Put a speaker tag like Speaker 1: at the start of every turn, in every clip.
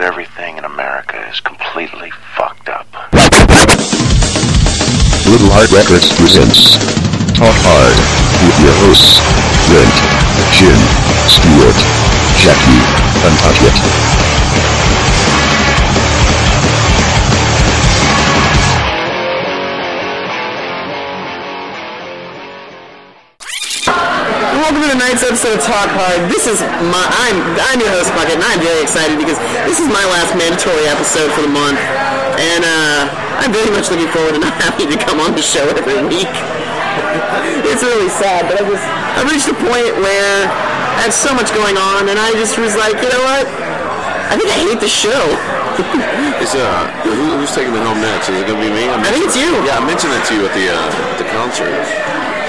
Speaker 1: everything in America is completely fucked up.
Speaker 2: Little Hard Records presents Talk Hard with your hosts, Brent, Jim, Stewart, Jackie, and Patrick.
Speaker 3: Welcome to tonight's episode of Talk Hard. This is my I'm I'm your host Bucket, and I'm very excited because this is my last mandatory episode for the month, and uh, I'm very much looking forward to not having to come on the show every week. it's really sad, but I just I reached a point where I have so much going on, and I just was like, you know what? I think I hate the show.
Speaker 4: Is uh, who, who's taking it home next? Is it gonna be me?
Speaker 3: I think it's you.
Speaker 4: Yeah, I mentioned it to you at the uh, at the concert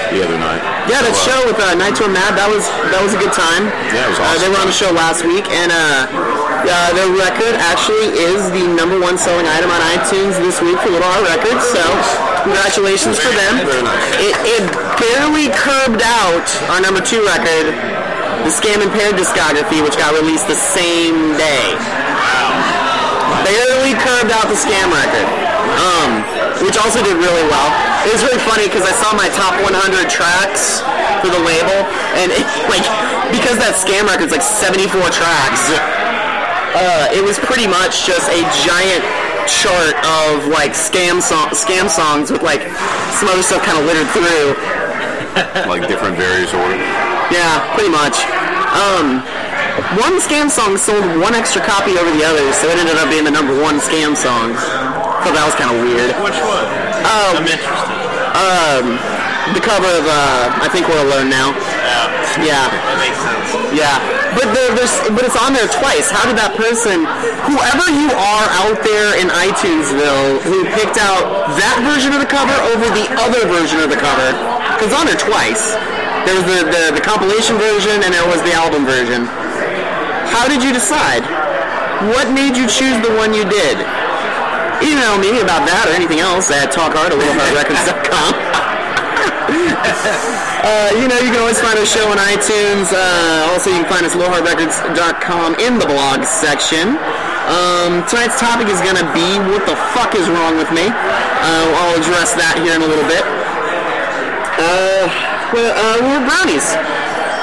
Speaker 4: the other night.
Speaker 3: Yeah, that
Speaker 4: So,
Speaker 3: show with uh, Night to a Mad, that was that was a good time.
Speaker 4: Yeah, it was
Speaker 3: Uh, they
Speaker 4: awesome.
Speaker 3: were on the show last week, and uh, uh, their record actually is the number one selling item on iTunes this week for Little Art Records. So congratulations for them.
Speaker 4: Very nice.
Speaker 3: It, it barely curbed out our number two record, the Scam Impaired discography, which got released the same day. Barely curved out the scam record, um, which also did really well. It was really funny because I saw my top 100 tracks for the label, and it, like because that scam record's like 74 tracks, uh, it was pretty much just a giant chart of like scam song, scam songs with like some other stuff kind of littered through.
Speaker 4: like different various orders.
Speaker 3: Yeah, pretty much. Um, one scam song sold one extra copy over the other, so it ended up being the number one scam song. So that was kind of weird.
Speaker 5: Which one?
Speaker 3: Oh.
Speaker 5: I'm interested.
Speaker 3: The cover of uh, I think we're alone now.
Speaker 5: Yeah.
Speaker 3: Yeah,
Speaker 5: That makes sense.
Speaker 3: yeah. But there, there's but it's on there twice. How did that person, whoever you are out there in iTunesville, who picked out that version of the cover over the other version of the cover? Because on there twice. There was the, the the compilation version and there was the album version. How did you decide? What made you choose the one you did? Email me about that or anything else at talkhard Uh, you know, you can always find our show on iTunes. Uh, also, you can find us at lowhardrecords.com in the blog section. Um, tonight's topic is going to be what the fuck is wrong with me. Uh, I'll address that here in a little bit. Uh, well, uh, we're brownies.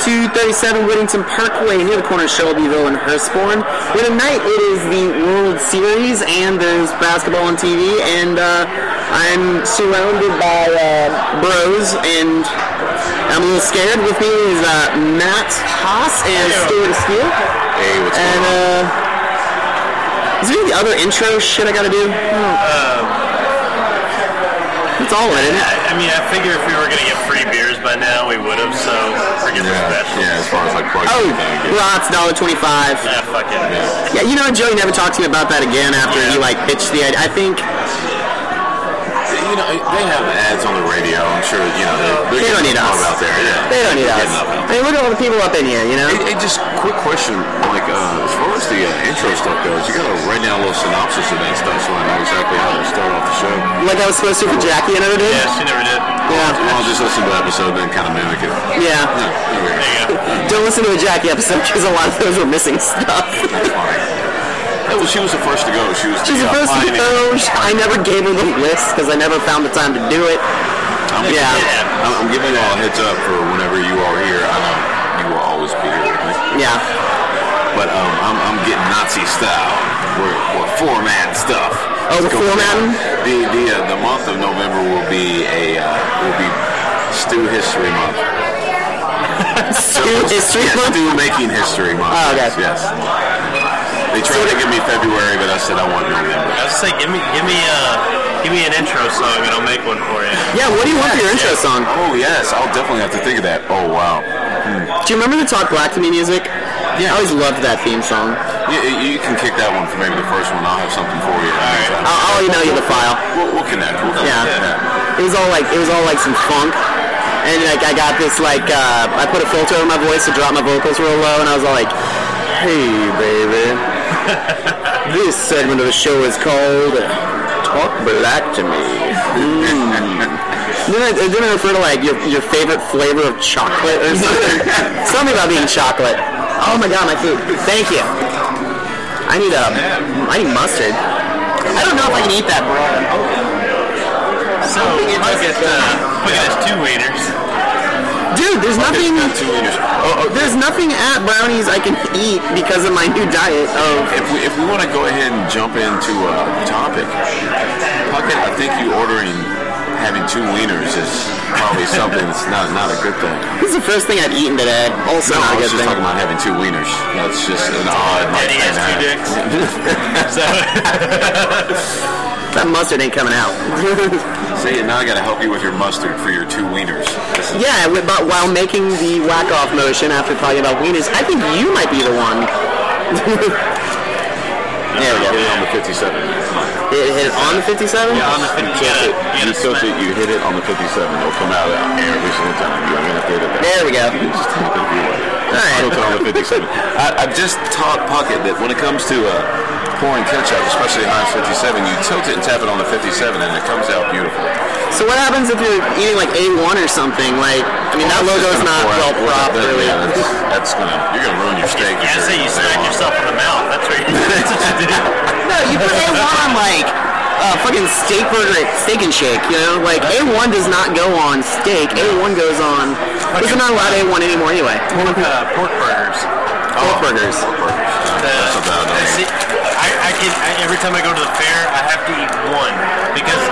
Speaker 3: 237 Whittington Parkway near the corner of Shelbyville and Hurstbourne. Well, tonight it is the World Series and there's basketball on TV and uh, I'm surrounded by uh, bros and I'm a little scared. With me is uh, Matt Haas and Stuart Steele.
Speaker 4: Hey, what's
Speaker 3: And
Speaker 4: going on?
Speaker 3: uh, is there any other intro shit I gotta do? It's all in it.
Speaker 5: I, I mean, I figure if we were gonna get free beers by now, we would have. So we're getting
Speaker 4: Yeah,
Speaker 5: special.
Speaker 4: yeah. As far as like plugging
Speaker 3: Oh,
Speaker 4: everything, yeah.
Speaker 3: Rots, dollar twenty-five.
Speaker 5: Yeah, fuck it.
Speaker 3: Yeah, you know, Joey never talked to me about that again after he like pitched the idea. I think
Speaker 4: You know, they have ads on the radio. I'm sure you know they're, they're
Speaker 3: They don't
Speaker 4: getting
Speaker 3: need
Speaker 4: love
Speaker 3: us.
Speaker 4: out there. Yeah,
Speaker 3: they don't need
Speaker 4: They're
Speaker 3: us.
Speaker 4: getting love out
Speaker 3: I mean, look at all the people up in here, you know.
Speaker 4: Hey, hey, just quick question. Like, uh, as far as the uh, intro stuff goes, you got to write down a little synopsis of that stuff so I know exactly how to start off the show.
Speaker 3: Like I was supposed to for Jackie another day.
Speaker 5: Yeah, she never did.
Speaker 3: Yeah.
Speaker 4: I'll just listen to the episode and then kind of mimic it.
Speaker 3: Yeah.
Speaker 4: No, there we go.
Speaker 5: There you go.
Speaker 3: Don't listen to the Jackie episode because a lot of those were missing stuff.
Speaker 4: Yeah, well, she was the first to go. She was
Speaker 3: She's the
Speaker 4: the, uh,
Speaker 3: first to
Speaker 4: pioneer.
Speaker 3: know. I never gave her the list because I never found the time to do it.
Speaker 4: I'm giving-
Speaker 3: Yeah.
Speaker 4: I'm, I'm giving you all a heads up for whenever you are here. I know you will always be here with me.
Speaker 3: Yeah.
Speaker 4: But um, I'm, I'm getting Nazi style. We're, we're format stuff.
Speaker 3: Oh, we're
Speaker 4: It's gonna be-
Speaker 3: formatting?
Speaker 4: The the, uh, the month of November will be a uh, will be stew history month.
Speaker 3: Stew history
Speaker 4: Yeah,
Speaker 3: month.
Speaker 4: stew making history month.
Speaker 3: Oh, okay.
Speaker 4: Yes. yes. They tried to give me February, but I said I want November.
Speaker 5: I was just like, give me, give me, uh, give me an intro song, and I'll make one for you.
Speaker 3: Yeah. What do you want for your intro song?
Speaker 4: Oh yes, I'll definitely have to think of that. Oh wow.
Speaker 3: Do you remember the Talk Black to Me music?
Speaker 4: Yeah.
Speaker 3: I always loved that theme song.
Speaker 4: Yeah, you can kick that one for maybe the first one. I'll have something for you. All right.
Speaker 3: I'll, I'll email you the file.
Speaker 4: We'll, we'll connect. We'll
Speaker 3: Yeah. It was all like it was all like some funk. And like I got this like uh, I put a filter over my voice to drop my vocals real low and I was all like, Hey baby. this segment of the show is called Talk Black to Me. Mm. Didn't I, didn't I refer to like your, your favorite flavor of chocolate or something? something about being chocolate. Oh my god, my food. Thank you. I I need a. I need mustard. I don't know if I can eat that, bro.
Speaker 5: So look at the look at this two waiters.
Speaker 3: Dude, there's nothing.
Speaker 4: Got two liters.
Speaker 3: Oh, There's nothing at brownies I can eat because of my new diet of.
Speaker 4: If we, if we want to go ahead and jump into a topic, Puckett, I think you ordering having two wieners is probably something that's not, not a good thing.
Speaker 3: This is the first thing I've eaten today. Also
Speaker 4: No,
Speaker 3: not a
Speaker 4: I
Speaker 3: good
Speaker 4: was just
Speaker 3: thing.
Speaker 4: talking about having two wieners. That's just an odd like,
Speaker 5: And he has two
Speaker 4: thing to
Speaker 5: dicks. So
Speaker 3: That mustard ain't coming out.
Speaker 4: have. See, and now I got to help you with your mustard for your two wieners. This is-
Speaker 3: yeah, wi- but while making the whack off motion after talking about wieners, I think you might be the one. there we
Speaker 4: Hit it
Speaker 3: go.
Speaker 4: on the 57.
Speaker 3: It hit it on the 57?
Speaker 5: on the
Speaker 4: You tilt it,
Speaker 5: fifty, you
Speaker 4: you
Speaker 5: gotta
Speaker 4: tilt
Speaker 5: smack.
Speaker 4: it, you hit it on the 57. It'll come out every single time. You're going to have to hit it back.
Speaker 3: There we go.
Speaker 4: You just tilt it your way.
Speaker 3: right.
Speaker 4: Tilt it on the 57. I, I just taught Puckett that when it comes to uh, pouring ketchup, especially Heinz 57, you tilt it and tap it on the 57 and it comes out beautiful.
Speaker 3: So what happens if you're eating like A1 or something? Like, I mean, that logo's not well propped, really.
Speaker 4: Yeah, that's, that's gonna you're gonna ruin your steak.
Speaker 5: yeah,
Speaker 4: if
Speaker 5: say you
Speaker 4: you're-
Speaker 5: smack yourself in the mouth. That's what you, that's what you do.
Speaker 3: No, you put A1 on like uh, fucking steak burger at Steak and Shake, you know? Like, A1 does not go on steak. A1 goes on... Because they're not allowed A1 anymore anyway.
Speaker 5: Pork, uh, pork burgers. Oh,
Speaker 3: Pork burgers.
Speaker 5: The,
Speaker 4: That's a bad idea.
Speaker 5: see, I, I can I, every time I go to the fair, I have to eat one because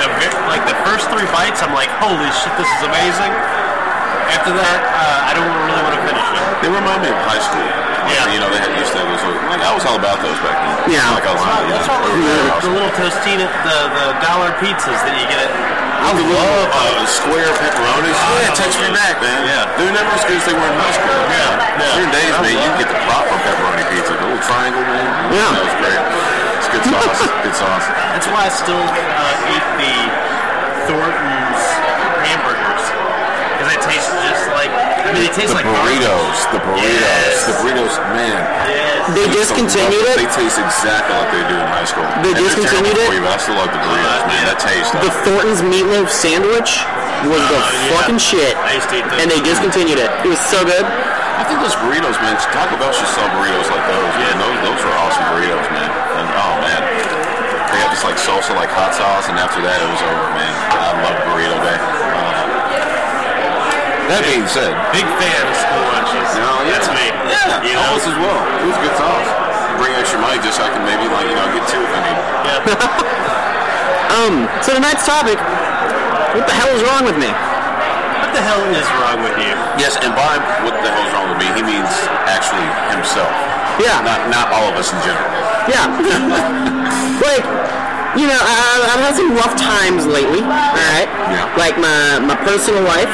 Speaker 5: the ve- like the first three bites, I'm like, holy shit, this is amazing. After that, uh, I don't really want to finish it.
Speaker 4: They remind me of high school. Like,
Speaker 5: Yeah.
Speaker 4: You know, they had used to have those. Little, like I was all about those back then.
Speaker 3: Yeah.
Speaker 4: Like I was like,
Speaker 5: What's
Speaker 4: yeah.
Speaker 5: wrong with
Speaker 4: they were
Speaker 5: the, the
Speaker 4: awesome.
Speaker 5: little tostina, the, the dollar pizzas that you get?
Speaker 4: I love uh, square pepperonis.
Speaker 3: Oh,
Speaker 4: yeah, text me back, man.
Speaker 5: Yeah.
Speaker 4: They're never as good as they were in high school.
Speaker 5: Yeah, yeah.
Speaker 4: Your days, man, you can get the proper pepperoni pizza, the little triangle, man.
Speaker 3: Yeah.
Speaker 4: That was great. It's good sauce. good sauce.
Speaker 5: That's why I still uh, eat the Thornton's hamburgers because they taste just like. I mean, they taste
Speaker 4: The
Speaker 5: like
Speaker 4: burritos, the burritos,
Speaker 5: Yes.
Speaker 4: the burritos, man.
Speaker 5: Yes.
Speaker 3: They
Speaker 4: It's
Speaker 3: discontinued
Speaker 4: so
Speaker 3: it?
Speaker 4: lovely. They taste exactly like they do in high school.
Speaker 3: They
Speaker 4: And they're
Speaker 3: discontinued
Speaker 4: terrible
Speaker 3: it?
Speaker 4: For you, but I still love the burritos, man. That taste.
Speaker 3: The Thornton's meatloaf sandwich was the
Speaker 5: Oh, yeah.
Speaker 3: fucking shit,
Speaker 5: I used to eat those.
Speaker 3: and they discontinued it. It was so good.
Speaker 4: I think those burritos, man. Taco Bell should sell burritos like those. Yeah, those those were awesome burritos, man. And oh man, they got this like salsa, like hot sauce, and after that it was over, man. I love burrito day. Uh, that being said,
Speaker 5: Big fan of school lunches.
Speaker 4: No, yeah.
Speaker 5: That's me.
Speaker 4: Yeah,
Speaker 5: You know?
Speaker 4: almost as well. It was good sauce. Bring extra money just so I can maybe like you know get two if I need.
Speaker 3: So tonight's topic: What the hell is wrong with me?
Speaker 5: What the hell is wrong with you?
Speaker 4: Yes, and by what the hell's wrong with me, he means actually himself.
Speaker 3: Yeah,
Speaker 4: Not not all of us in general.
Speaker 3: yeah. like, you know, I, I've had some rough times lately. All right.
Speaker 4: Yeah.
Speaker 3: Like my my personal life,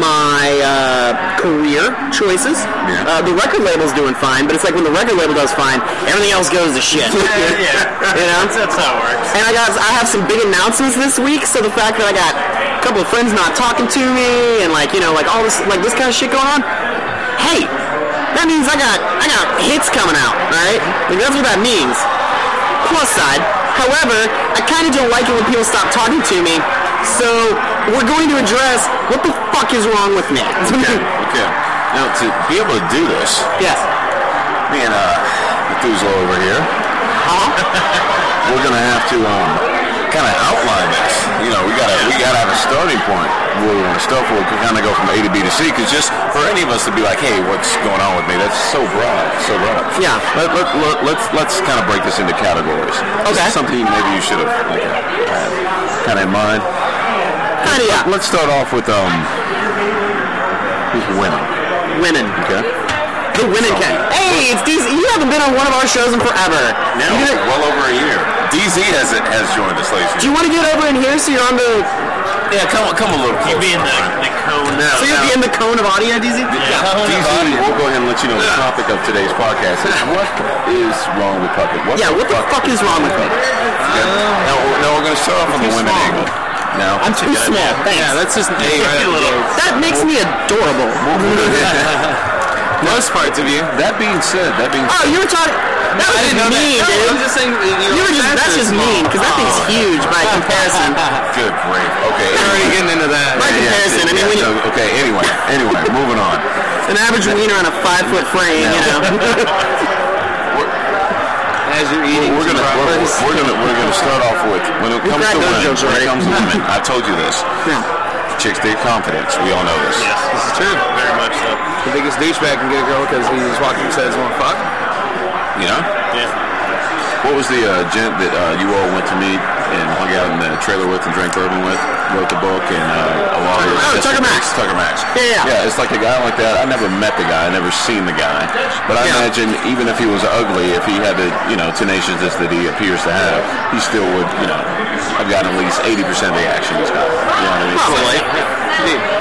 Speaker 3: my uh, career choices.
Speaker 4: Yeah.
Speaker 3: Uh, the record label's doing fine, but it's like when the record label does fine, everything else goes to shit.
Speaker 5: yeah.
Speaker 3: You know?
Speaker 5: That's, that's how it works.
Speaker 3: And I got I have some big announcements this week, so the fact that I got a couple of friends not talking to me and like, you know, like all this like this kind of shit going on. Hey, that means I got I got hits coming out, alright? Like that's what that means. Plus side. However, I kinda don't like it when people stop talking to me. So we're going to address what the fuck is wrong with me.
Speaker 4: Okay, okay. Now to be able to do this,
Speaker 3: yes.
Speaker 4: me and uh, Methuselah over here,
Speaker 3: Huh?
Speaker 4: we're gonna have to um, kind of outline this. You know, we gotta we gotta have a starting point where we want to start. Where we can kind of go from A to B to C. Because just for any of us to be like, hey, what's going on with me? That's so broad, so broad.
Speaker 3: Yeah.
Speaker 4: Let, let, let, let's let's kind of break this into categories. This
Speaker 3: Okay.
Speaker 4: is something maybe you should have like, uh, kind of in mind.
Speaker 3: Kinda yeah.
Speaker 4: Let's start off with um, who's winning?
Speaker 3: Women.
Speaker 4: Okay.
Speaker 3: The women can. Hey, it's these you haven't been on one of our shows in forever.
Speaker 4: Now,
Speaker 3: You're gonna-
Speaker 4: well over a year. DZ has has joined us, ladies. and
Speaker 3: Do you want to get over in here so you're on the
Speaker 4: Yeah, come come a little
Speaker 5: You
Speaker 4: closer.
Speaker 5: being the, the cone. No,
Speaker 3: so you're in the cone of audio, DZ?
Speaker 4: DZ, we'll go ahead and let you know the topic of today's podcast is what is wrong with Puckett? What
Speaker 3: Yeah, what the fuck is wrong with me?
Speaker 4: Okay. Now, we're- now we're going to start off on the
Speaker 3: too
Speaker 4: women
Speaker 3: small.
Speaker 4: angle. Now,
Speaker 3: I'm too
Speaker 4: Yeah,
Speaker 3: small,
Speaker 4: yeah,
Speaker 3: thanks.
Speaker 4: Yeah, that's just
Speaker 5: Hey, little-
Speaker 3: That makes me adorable.
Speaker 4: most parts of you. That being said, that being
Speaker 3: Oh, you were talking. That was just mean, dude.
Speaker 6: just saying. You
Speaker 3: you were just that's just mean because that thing's huge by comparison.
Speaker 4: good grief. Okay.
Speaker 6: already getting into that.
Speaker 3: By comparison, I mean when you,
Speaker 4: no, okay. Anyway, anyway, moving on.
Speaker 3: an average wiener on a five foot frame, you know.
Speaker 4: We're-
Speaker 6: as you're eating.
Speaker 4: We're gonna, we're,
Speaker 6: Robert.
Speaker 4: we're gonna we're gonna start off with when it comes
Speaker 6: cracked
Speaker 4: to
Speaker 6: those
Speaker 4: women.
Speaker 6: jokes
Speaker 4: When it
Speaker 6: already.
Speaker 4: comes to women, I told you this.
Speaker 3: Yeah.
Speaker 4: Chicks dig confidence. We all know this.
Speaker 5: Yes, this is true. Very much so.
Speaker 6: The biggest douchebag can get a girl because he just walked up and says, "Want to fuck?"
Speaker 4: You know.
Speaker 5: Yeah.
Speaker 4: What was the uh, gent that uh, you all went to meet and hung out in the trailer with and drank bourbon with? Wrote the book and uh, a lot of
Speaker 3: Oh, Tucker Max.
Speaker 4: Tucker Max.
Speaker 3: Yeah, yeah.
Speaker 4: Yeah, it's like a guy like that. I never met the guy. I never seen the guy. But I
Speaker 3: Yeah.
Speaker 4: imagine even if he was ugly, if he had the you know tenaciousness that he appears to have, he still would you know have gotten at least eighty percent of the action he's got. You know what I mean?
Speaker 6: Probably.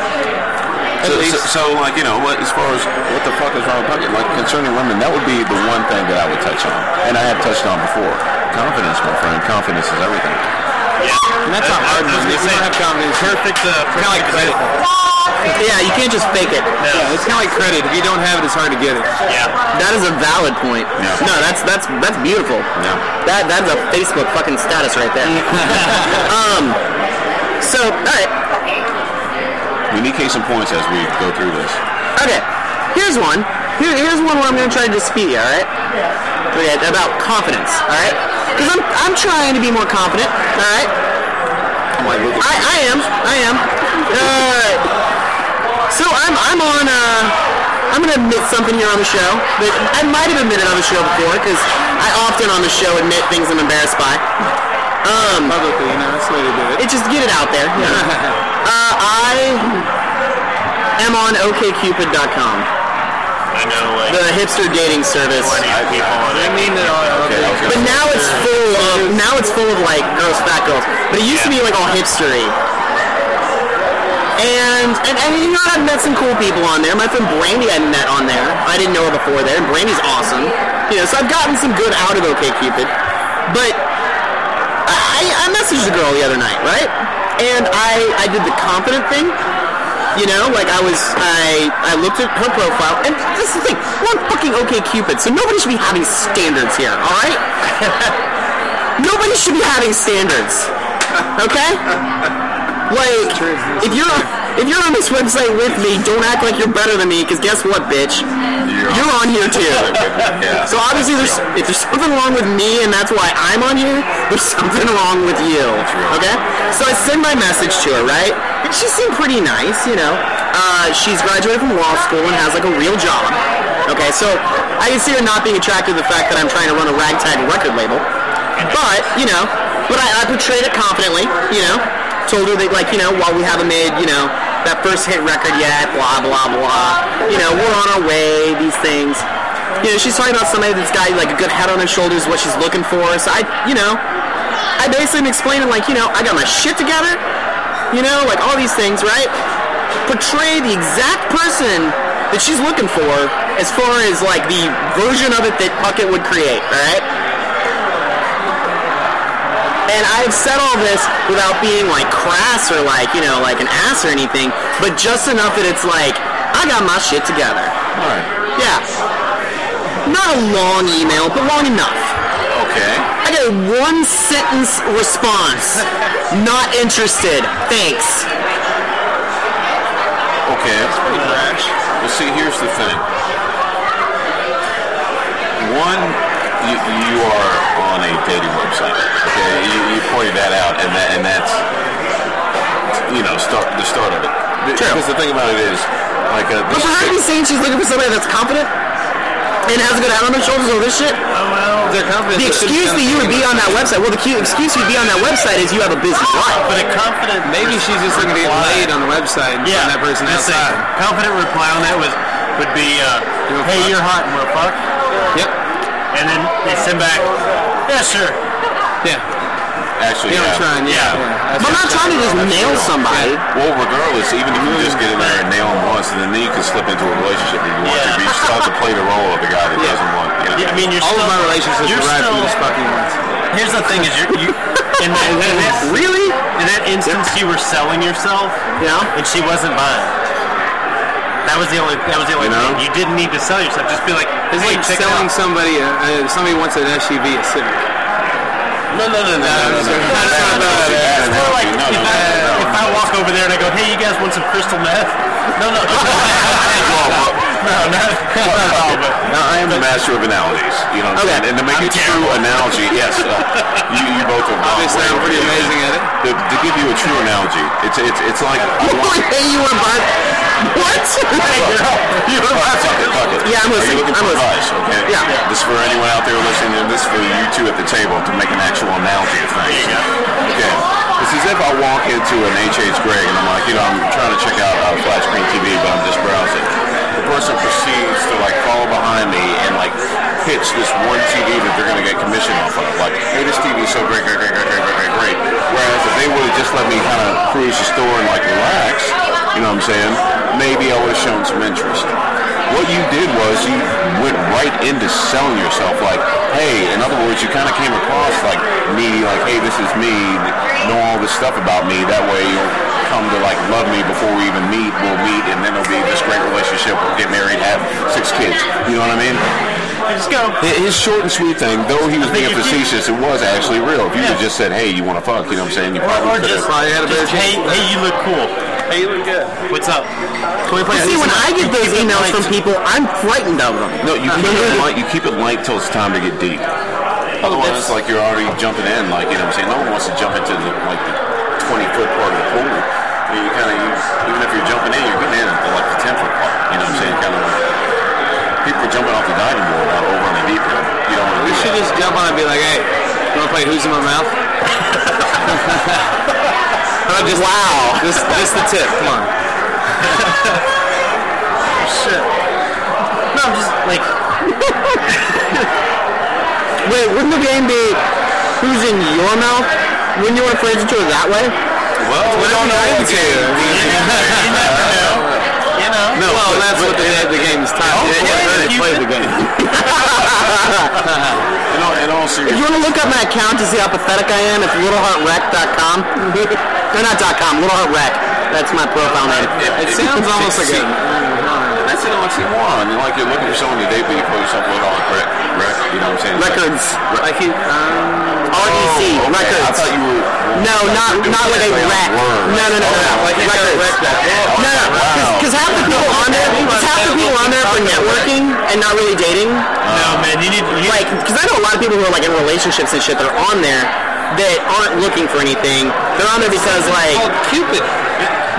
Speaker 4: So, so,
Speaker 6: least.
Speaker 4: so, like you know, what, as far as what the fuck is wrong with Puckett, like concerning women, that would be the one thing that I would touch on, and I have touched on before. Confidence, my friend. Confidence is everything.
Speaker 5: Yeah.
Speaker 6: And that's not hard.
Speaker 5: I was
Speaker 6: man. If
Speaker 5: gonna
Speaker 6: you
Speaker 5: say,
Speaker 6: don't have confidence,
Speaker 5: Perfect. Uh,
Speaker 6: Kind of like
Speaker 5: perfect
Speaker 6: credit.
Speaker 5: example.
Speaker 3: Yeah, you can't just fake it.
Speaker 6: Yeah, it's kind of like credit. If you don't have it, it's hard to get it.
Speaker 5: Yeah.
Speaker 3: That is a valid point.
Speaker 4: Yeah.
Speaker 3: No, that's that's that's beautiful.
Speaker 4: Yeah.
Speaker 3: That that's a Facebook fucking status right there. um. So all right,
Speaker 4: We need case in points as we go through this.
Speaker 3: okay. Here's one. Here, here's one where I'm gonna try to dispute you. All right. Okay, about confidence. All right. Because I'm I'm trying to be more confident. All right.
Speaker 4: I'm like, look,
Speaker 3: I, I am. I am. Uh, so I'm, I'm on. Uh, I'm gonna admit something here on the show that I might have admitted on the show before because I often on the show admit things I'm embarrassed by. Um,
Speaker 6: Publicly, you know, that's the way to do it.
Speaker 3: it just get it out there. you know. Uh, I am on OKCupid.com,
Speaker 5: I know. Like
Speaker 3: the hipster dating service.
Speaker 5: plenty of people on
Speaker 6: I
Speaker 5: it.
Speaker 6: mean that all.
Speaker 4: okay, I was
Speaker 3: But
Speaker 4: gonna-
Speaker 3: now it's full of now it's full of like girls, fat girls. But it used to be like all hipstery. And, and and you know I've met some cool people on there. My friend Brandy I met on there. I didn't know her before there, and Brandy's awesome. You know, so I've gotten some good out of OKCupid. But I, I messaged a girl the other night, right? And I, I did the confident thing. You know, like I was, I, I looked at her profile, and this is the thing. We're on fucking OKCupid, so nobody should be having standards here, all right? nobody should be having standards, okay? Like, if you're if you're on this website with me, don't act like you're better than me, because guess what, bitch?
Speaker 4: You're on.
Speaker 3: You're on here too.
Speaker 4: yeah.
Speaker 3: So obviously, there's if there's something wrong with me, and that's why I'm on here. There's something wrong with you. Okay. So I send my message to her, right? And she seemed pretty nice, you know. Uh, she's graduated from law school and has like a real job. Okay, so I can see her not being attracted to the fact that I'm trying to run a ragtag record label. But you know, but I, I portrayed it confidently. You know, told her that like you know while we haven't made you know that first hit record yet, blah blah blah. You know, we're on our way. These things you know, she's talking about somebody that's got like a good head on her shoulders, what she's looking for. So I, you know, I basically am explaining like, you know, I got my shit together, you know, like all these things, right? Portray the exact person that she's looking for as far as like the version of it that Puckett would create, all right? And I've said all this without being like crass or like, you know, like an ass or anything, but just enough that it's like, I got my shit together.
Speaker 4: All right.
Speaker 3: Yeah. Not a long email, but long enough.
Speaker 4: Okay.
Speaker 3: I got a one sentence response. Not interested. Thanks.
Speaker 4: Okay. That's pretty brash. Well, see, here's the thing. One, you, you are on a dating website. Okay, you, you pointed that out, and that and that's you know start the start of it.
Speaker 3: True.
Speaker 4: Because the thing about it is, like, uh,
Speaker 3: But
Speaker 4: this
Speaker 3: for her to be saying she's looking for somebody that's confident and has a good head on her shoulders and all this
Speaker 6: Oh,
Speaker 3: shit,
Speaker 6: Their confidence.
Speaker 3: the excuse that you would be on that website, well, the cu- excuse you'd be on that website is you have a busy life.
Speaker 5: But a confident.
Speaker 6: Maybe she's just looking to get
Speaker 5: reply-
Speaker 6: laid on the website and
Speaker 5: Yeah.
Speaker 6: find that person
Speaker 5: that's it.
Speaker 6: outside.
Speaker 5: Confident reply on that was would be, uh,
Speaker 6: You're a
Speaker 5: hey,
Speaker 6: fuck.
Speaker 5: you're hot, and we're fuck.
Speaker 6: Yep.
Speaker 5: And then they send back, yeah, sure.
Speaker 6: Yeah.
Speaker 4: actually,
Speaker 6: You know what
Speaker 4: yeah.
Speaker 6: I'm trying. Yeah.
Speaker 5: Yeah.
Speaker 6: yeah. That's
Speaker 3: I'm
Speaker 6: what
Speaker 3: not
Speaker 6: I'm
Speaker 3: trying to just nail somebody.
Speaker 4: Well, regardless, even if you just get in there and nail him once, and then you can slip into a relationship if you want to. But you still have to play the role of the guy that doesn't want. You know.
Speaker 5: Yeah, I mean, you're
Speaker 6: All
Speaker 5: still,
Speaker 6: of my relationships
Speaker 5: you're
Speaker 6: derive
Speaker 5: still,
Speaker 6: from this fucking once.
Speaker 5: Here's the thing: is you're, you in that, in that,
Speaker 3: Really?
Speaker 5: in that instance you were selling yourself,
Speaker 3: Yeah.
Speaker 5: and she wasn't buying. That was the only. That was the only
Speaker 4: You know?
Speaker 5: thing. You didn't need to sell yourself. Just be like,
Speaker 6: It's
Speaker 5: hey,
Speaker 6: like
Speaker 5: check it
Speaker 6: selling
Speaker 5: out.
Speaker 6: somebody. A, uh, somebody wants an SUV, a Civic.
Speaker 4: No, no, no, no, no, no, no, no, no, no, no, no, no,
Speaker 5: It's more like
Speaker 4: no, no,
Speaker 5: if
Speaker 4: no,
Speaker 5: I-
Speaker 4: no,
Speaker 5: if if I walk over there and I go, hey, you guys want some crystal meth? No, no. no, not, not at all, but
Speaker 4: Now, I am the master of analogies. You know what I'm
Speaker 3: Okay.
Speaker 4: saying? And to make
Speaker 5: I'm
Speaker 4: a true analogy, yes, uh, you, you both are wrong.
Speaker 6: Obviously, I'm pretty
Speaker 4: Wait, wait,
Speaker 6: amazing at it.
Speaker 4: To, to give you a true analogy, it's it's it's like I want-
Speaker 3: hey, you want to buy? What?
Speaker 4: You're right. Fuck it, fuck it.
Speaker 3: Yeah, I'm
Speaker 4: Are
Speaker 3: listening.
Speaker 4: you looking
Speaker 3: I'm
Speaker 4: for
Speaker 3: listening.
Speaker 4: advice? Okay.
Speaker 3: Yeah. Yeah.
Speaker 4: This is for anyone out there listening, and this is for you two at the table to make an actual analogy of things. Okay. It's as if I walk into an H.H. Gregg and I'm like, you know, I'm trying to check out uh, Flash Green TV, but I'm just browsing. The person proceeds to like follow behind me and like pitch this one TV that they're going to get commission off of. Like, hey, this TV is so great, great, great, great, great, great, great, great. Whereas if they would have just let me kind of cruise the store and like relax, you know what I'm saying, maybe I would have shown some interest what you did was you went right into selling yourself like hey in other words you kind of came across like me like hey this is me know all this stuff about me that way you'll come to like love me before we even meet we'll meet and then it'll be this great relationship we'll get married have six kids you know what i mean
Speaker 5: let's go.
Speaker 4: his short and sweet thing though he was
Speaker 5: I
Speaker 4: being
Speaker 5: think if you-
Speaker 4: facetious it was actually real if you
Speaker 5: Yeah.
Speaker 4: had just said hey you want to fuck you know what i'm saying you
Speaker 5: Or, or
Speaker 4: probably could have
Speaker 5: just,
Speaker 6: Probably had a better
Speaker 5: just hey,
Speaker 6: chance.
Speaker 5: hey, you look cool.
Speaker 6: Hey, you look good.
Speaker 5: What's up? Can we play
Speaker 3: See, when I get those emails from people, I'm frightened of them.
Speaker 4: no, you keep it light. You keep it light till it's time to get deep. Otherwise, like you're already jumping in. Like you know, what I'm saying no one wants to jump into the like the 20 foot part of the pool. I mean, you kind of even if you're jumping in, you're getting in at like the 10 foot part. You know what I'm saying? Kind of like people are jumping off the diving board out over on the deep end. You don't want to
Speaker 6: We
Speaker 4: do
Speaker 6: should
Speaker 4: that.
Speaker 6: just jump on and be like, hey, you want to play Who's in My Mouth? No, just, wow. Just, just the tip. Come on.
Speaker 5: shit. No, I'm just like,
Speaker 3: Wait, wouldn't the game be who's in your mouth? Wouldn't you want to phrase it to it that way?
Speaker 4: well, we
Speaker 6: don't know what to do.
Speaker 5: you never know. You know?
Speaker 6: No, well, that's what the, the game is
Speaker 3: Oh,
Speaker 6: timed.
Speaker 5: yeah, yeah, you
Speaker 6: play
Speaker 5: can-
Speaker 6: the game.
Speaker 4: In all, in all
Speaker 3: If you
Speaker 4: seriousness,
Speaker 3: want to look up my account to see how pathetic I am, it's littleheartrec.com. no, not dot .com, littleheartrec. That's my profile name.
Speaker 6: It sounds almost like a...
Speaker 4: that's an oxymoron. You're like you're looking for someone to date, but you call yourself a little wreck. Wreck. You know what I'm saying?
Speaker 3: Records.
Speaker 6: Like he, um,
Speaker 3: REC,
Speaker 4: Oh, okay.
Speaker 3: E
Speaker 4: I
Speaker 3: records.
Speaker 4: thought you were.
Speaker 3: No, not not like a rec. No, no, no, no, no.
Speaker 4: Like
Speaker 3: records.
Speaker 4: Oh,
Speaker 3: No, no,
Speaker 4: wow.
Speaker 3: because half the people on there, because half the people on there for networking and not really dating.
Speaker 5: No, man, you need, you
Speaker 3: Like, because I know a lot of people who are like in relationships and shit that are on there that aren't looking for anything. They're on there because like,
Speaker 6: called Cupid.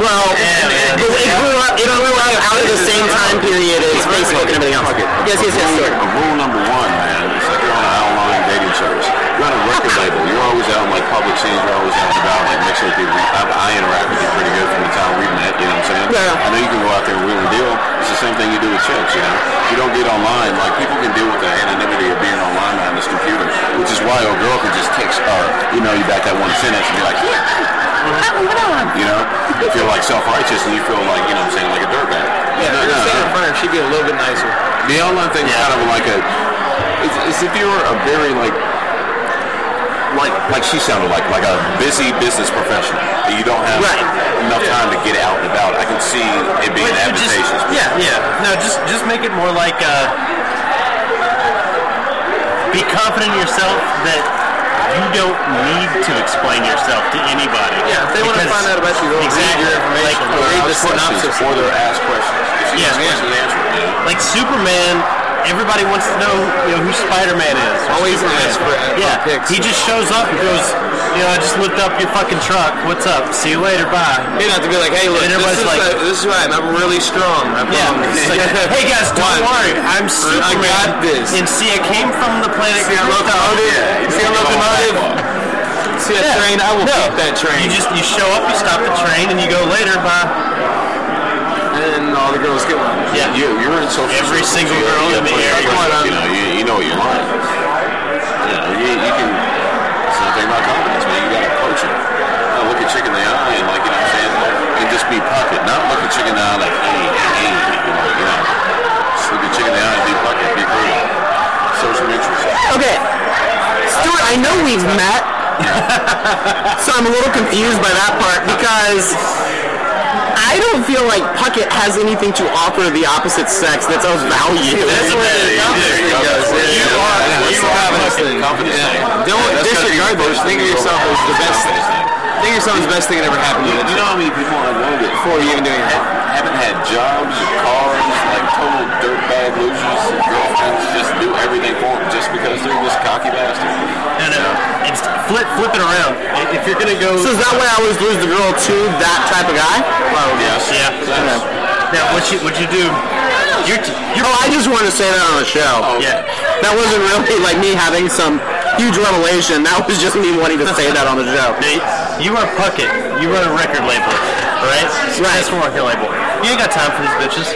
Speaker 3: well,
Speaker 5: man.
Speaker 3: it, it grew up. It grew up out of the same time period as Facebook and everything else. Yes, yes, yes, sure.
Speaker 4: Rule number one, man. It's like you're on an online dating service. You're on a record label. You're always out in like public scenes. You're always out and about, like mixing with people. I, I interact with you pretty good from the time we met. You know what I'm saying?
Speaker 3: Yeah.
Speaker 4: I know you can go out there and wheel and deal. It's the same thing you do with chicks. You know, you don't get online. Like people can deal with the anonymity of being online on this computer, which is why a girl can just text or email you back that one sentence and be like, yeah. You know, you feel like self-righteous and you feel like, you know what I'm saying, like a dirtbag.
Speaker 6: Yeah,
Speaker 4: No,
Speaker 6: if
Speaker 4: no,
Speaker 6: you're standing
Speaker 4: no.
Speaker 6: in front of her, she'd be a little bit nicer.
Speaker 4: The online thing is kind of like a, it's, it's if you were a very like, like like she sounded like, like a busy business professional. that You don't have
Speaker 5: Right.
Speaker 4: enough time to get out and about. I can see it being
Speaker 5: But you just-
Speaker 4: advantageous.
Speaker 5: yeah, yeah. No, just just make it more like uh, be confident in yourself that you don't need to explain yourself to anybody.
Speaker 6: Yeah, if they wanna
Speaker 5: Because-
Speaker 6: find out about you, they'll read
Speaker 5: exactly,
Speaker 6: your information.
Speaker 5: Like,
Speaker 6: They'll read the
Speaker 4: Ask questions,
Speaker 6: synopsis.
Speaker 4: or they're asked questions. If she
Speaker 5: Yeah,
Speaker 4: asks
Speaker 5: yeah.
Speaker 4: questions, answer it, you know?
Speaker 5: like Superman, everybody wants to know, you know who Spider Man is. or
Speaker 6: Always
Speaker 5: Superman.
Speaker 6: ask for- for
Speaker 5: Yeah,
Speaker 6: pics.
Speaker 5: he just shows up and goes, you know, I just looked up your fucking truck. What's up? See you later. Bye.
Speaker 6: You don't have to be like, hey, look,
Speaker 5: And
Speaker 6: this
Speaker 5: everybody's
Speaker 6: is,
Speaker 5: like-
Speaker 6: like, this is right. I'm really strong. I
Speaker 5: Yeah.
Speaker 6: promise.
Speaker 5: it's like, hey guys, don't
Speaker 6: Why?
Speaker 5: worry.
Speaker 6: I
Speaker 5: I'm Superman.
Speaker 6: got this.
Speaker 5: And see, I came from the planet.
Speaker 6: See a locomotive? See a locomotive? See a train? I will beat that
Speaker 5: You
Speaker 6: train.
Speaker 5: just you show up, you stop the train, and you go later. Bye.
Speaker 6: And all the girls get one.
Speaker 5: Yeah.
Speaker 4: You, you're in social
Speaker 5: Every
Speaker 4: circles,
Speaker 5: single
Speaker 4: you know,
Speaker 5: girl
Speaker 4: you
Speaker 5: in the
Speaker 4: got
Speaker 5: area.
Speaker 4: plenty of friends, You know, you, you know what you're like. You know, you, you can. It's not thing about confidence, man. You got to approach it. You know, look a chick in the eye and like you know what I'm saying, and just be pocket. Not look a chick in the eye like hey, hey, hey. You know, you know. Just look a chick in the eye and be pocket, be brutal. Social interest.
Speaker 3: Okay, Stuart, I know we've met, so I'm a little confused by that part because I don't feel like Puckett has anything to offer the opposite sex that's of value.
Speaker 6: That's where the confidence
Speaker 4: there you
Speaker 6: thing
Speaker 4: go.
Speaker 6: goes.
Speaker 4: That's
Speaker 6: You
Speaker 4: where-
Speaker 6: are,
Speaker 4: yeah,
Speaker 6: you are
Speaker 4: that's the
Speaker 6: confidence thing.
Speaker 4: confidence thing.
Speaker 6: Yeah. Don't
Speaker 4: That's gotta be
Speaker 6: disregard
Speaker 4: the
Speaker 6: those.
Speaker 4: first
Speaker 6: Think of
Speaker 4: thing you go
Speaker 6: yourself
Speaker 4: by.
Speaker 6: as the best thing.
Speaker 4: Confidence thing.
Speaker 6: think you're someone's best thing that ever happened to
Speaker 4: You, you know how many people I've known that
Speaker 6: Before you even doing it.
Speaker 4: ha- haven't had jobs, cars, like total dirtbag losers, girlfriends, just do everything for them just because they're this cocky bastard.
Speaker 5: No, no, it's flip, flip it around. I- If you're gonna go,
Speaker 3: So is that why I always lose the girl to that type of guy?
Speaker 4: Yes.
Speaker 5: yeah.
Speaker 4: Yes.
Speaker 5: Now what you what you do? You're t- you're
Speaker 3: Oh, I just wanted to say that on the show.
Speaker 4: Oh.
Speaker 5: yeah.
Speaker 3: That wasn't really like me having some huge revelation. That was just me wanting to say that on the show.
Speaker 5: Now, you are Puckett. You run a record label, all right? Successful record label. You ain't got time for these bitches.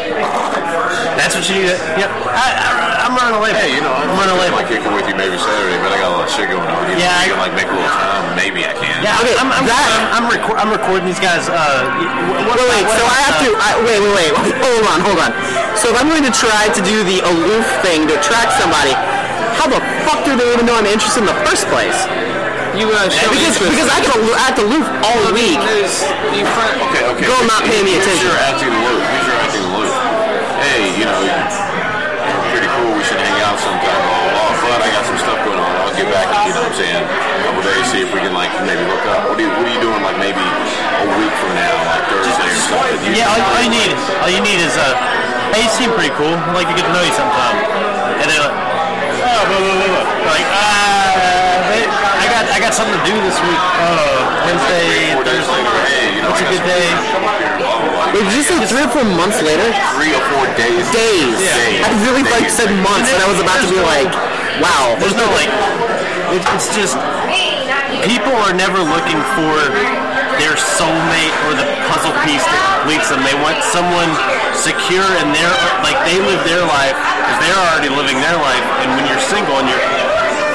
Speaker 5: That's what you. Yep. I, I, I'm running a label.
Speaker 4: Hey, you know, I'm,
Speaker 5: I'm running a label.
Speaker 4: like kicking with you maybe Saturday, but I got a lot of shit going on. You
Speaker 5: Yeah,
Speaker 4: know,
Speaker 5: I-
Speaker 4: you can like make a little time. Maybe I can.
Speaker 5: Yeah,
Speaker 3: Okay,
Speaker 5: I'm, I'm,
Speaker 3: that-
Speaker 5: I'm, I'm, reco- I'm recording these guys. Uh, wh- what,
Speaker 3: Wait, wait,
Speaker 5: what- uh,
Speaker 3: so I have to. I, wait, wait, wait. Hold on, hold on. So if I'm going to try to do the aloof thing to attract somebody, how the fuck do they even know I'm interested in the first place?
Speaker 6: You uh, show
Speaker 3: Because
Speaker 6: interest.
Speaker 3: because I have to aloo- I have to aloof all week.
Speaker 6: There's- you find-
Speaker 4: Okay, okay.
Speaker 3: Girl not paying me
Speaker 4: Here's
Speaker 3: attention.
Speaker 4: your acting loop. Here's your acting loop. Hey, you know, you're pretty cool. We should hang out sometime. Blah, blah, blah. But I got some stuff going on. I'll get back, you know what I'm saying, a couple days, see if we can, like, maybe hook up. What are you, what are you doing, like, maybe a week from now, like Thursday or something? You-
Speaker 5: Yeah, all, all you need, all you need is uh, hey, you seem pretty cool. I'd like to get to know you sometime. And then, like, oh, blah, blah, blah, blah. like, ah, babe, I got, I got something to do this week. Oh, Wednesday,
Speaker 4: Four days
Speaker 5: Thursday.
Speaker 4: later, hey, you know,
Speaker 5: What's
Speaker 4: I
Speaker 5: a
Speaker 4: got
Speaker 5: good
Speaker 4: some-
Speaker 5: day?
Speaker 4: Come up here, blah, blah, blah.
Speaker 3: Wait, did you say three or four months later?
Speaker 4: Three or four days.
Speaker 3: Days.
Speaker 4: Days.
Speaker 3: I really like
Speaker 4: Days.
Speaker 3: said months, and I was about to be like, wow.
Speaker 5: There's no like, it, it's just people are never looking for their soulmate or the puzzle piece that completes them. They want someone secure in their like they live their life because they're already living their life. And when you're single and you're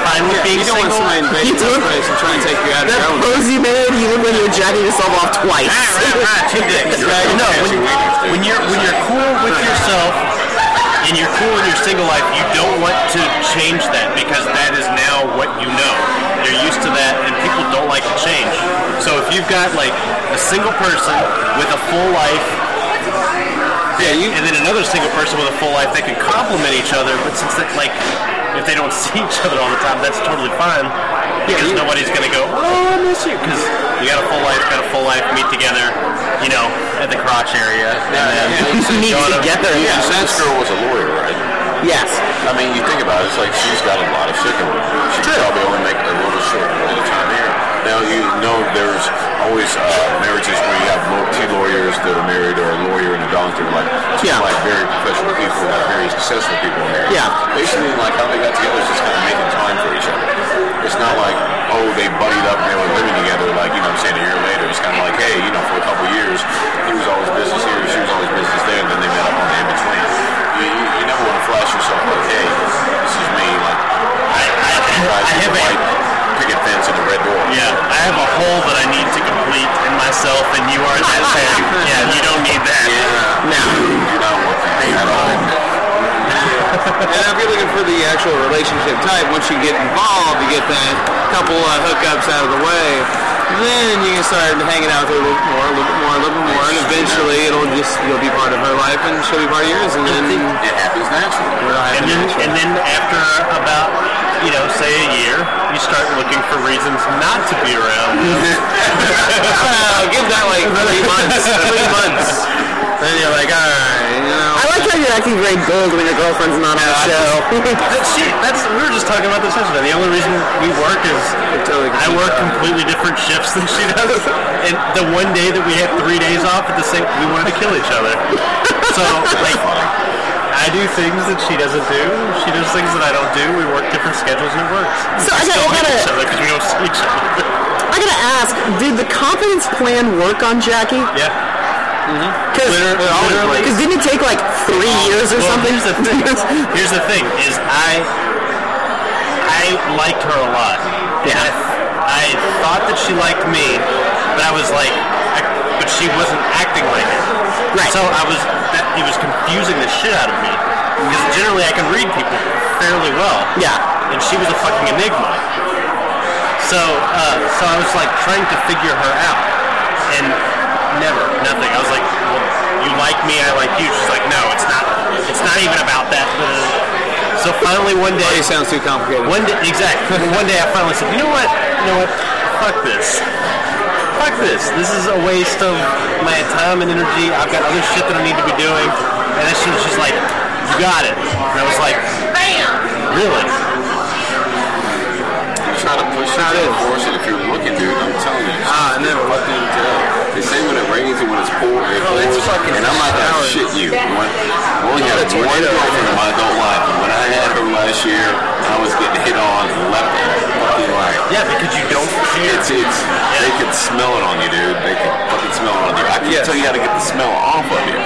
Speaker 5: fine with being
Speaker 6: You don't want
Speaker 5: single,
Speaker 6: someone invading
Speaker 3: You
Speaker 6: your
Speaker 3: do?
Speaker 6: place and trying to take you out of
Speaker 3: That
Speaker 6: your own.
Speaker 3: pose you made, you look like you were jacking yourself off twice.
Speaker 5: Two dicks. No, when, when you're when you're cool with yourself and you're cool in your single life, you don't want to change that because that is now what you know. You're used to that, and people don't like to change. So if you've got like a single person with a full life.
Speaker 6: Yeah, you-
Speaker 5: and then another single person with a full life, they can complement each other. But since that, like, if they don't see each other all the time, that's totally fine. Because nobody's gonna go, oh, I miss you. Because you got a full life, got a full life, meet together, you know, at the crotch area. And then,
Speaker 3: Meet
Speaker 5: Go to-
Speaker 3: together.
Speaker 4: Yeah, Snatch Girl was a lawyer, right?
Speaker 3: Yes.
Speaker 4: I mean, you think about it, it's like she's got a lot of shit going on. She could probably only make a little short amount of time here. Now, you know there's always uh, marriages where you have law- two lawyers that are married or a lawyer and a doctor, like two,
Speaker 3: Yeah.
Speaker 4: like very professional people, like very successful people in marriage.
Speaker 3: Yeah.
Speaker 4: Basically, like how they got together is just kind of making time for each other. It's not like, oh, they buddied up and they were living together, like, you know what I'm saying, a year later. It's kind of like, hey, you know, for a couple years, he was always business here, she was always business there, and then they met up on the in-between. You, you, you never want to flash yourself like, hey, this is me, like, I, I, I
Speaker 5: have a-
Speaker 4: white picket fence and a red door.
Speaker 5: Yeah, I have a hole that I need to complete in myself, and you are that fan. Yeah, you don't need that.
Speaker 4: Yeah.
Speaker 3: No.
Speaker 4: You don't want that at all.
Speaker 6: And if you're looking for the actual relationship type, once you get involved, you get that couple of hookups out of the way, then you can start hanging out with her a little bit more, a little bit more, a little bit more, and eventually it'll just you'll be part of her life and she'll be part of yours, and then
Speaker 4: It happens naturally.
Speaker 6: it'll
Speaker 5: And
Speaker 6: happen
Speaker 5: then,
Speaker 6: naturally.
Speaker 5: and then after about, you know, say a year, you start looking for reasons not to be around.
Speaker 6: Well, give that like three months, three months, then you're like, all right, you know.
Speaker 3: I like how you're acting very bold when your girlfriend's not on the show.
Speaker 5: That shit, that's, we were just talking about this yesterday. The only reason we work is
Speaker 6: totally
Speaker 5: I work completely different shifts than she does. And the one day that we had three days off at the same, we wanted to kill each other. So, like, I do things that she doesn't do. She does things that I don't do. We work different schedules and it works.
Speaker 3: So I
Speaker 5: We
Speaker 3: gotta- I
Speaker 5: still hate
Speaker 3: gotta-
Speaker 5: each other 'cause we don't see each other.
Speaker 3: I gotta ask, did the confidence plan work on Jackie?
Speaker 5: Yeah.
Speaker 3: Because
Speaker 5: Literally.
Speaker 3: didn't it take like three years or
Speaker 5: Well,
Speaker 3: something?
Speaker 5: Here's the thing. Here's the thing is I I liked her a lot. And
Speaker 3: Yeah.
Speaker 5: I, I thought that she liked me, but I was like, I, but she wasn't acting like it.
Speaker 3: Right.
Speaker 5: So I was that it was confusing the shit out of me because generally I can read people fairly well.
Speaker 3: yeah.
Speaker 5: And she was a fucking enigma. So uh, so I was like trying to figure her out and never nothing. I was like, well, you like me, I like you. She's like, no, it's not. It's not even about that. So finally one day.
Speaker 6: It sounds too complicated.
Speaker 5: One day, exactly. One day I finally said, you know what? You know what? Fuck this. fuck this. This is a waste of my time and energy. I've got other shit that I need to be doing. And then she was just like, you got it. And I was like, bam! Really?
Speaker 4: Try to push it to force it if you're looking, dude. I'm telling you. Ah, I never fucking tell. They say when it rains and when it's pouring, it
Speaker 6: Oh, that's
Speaker 4: pours.
Speaker 6: fucking
Speaker 4: And I'm not gonna
Speaker 6: valid.
Speaker 4: shit you. When, I only had
Speaker 6: That's
Speaker 4: one
Speaker 6: tornado.
Speaker 4: girlfriend in my adult life, and when I had her last year, I was getting hit on left and fucking right.
Speaker 5: Yeah, because you don't care.
Speaker 4: It's, it's, they could smell it on you, dude. They could fucking smell it on you. I can
Speaker 6: Yes.
Speaker 4: tell you how to get the smell off of you.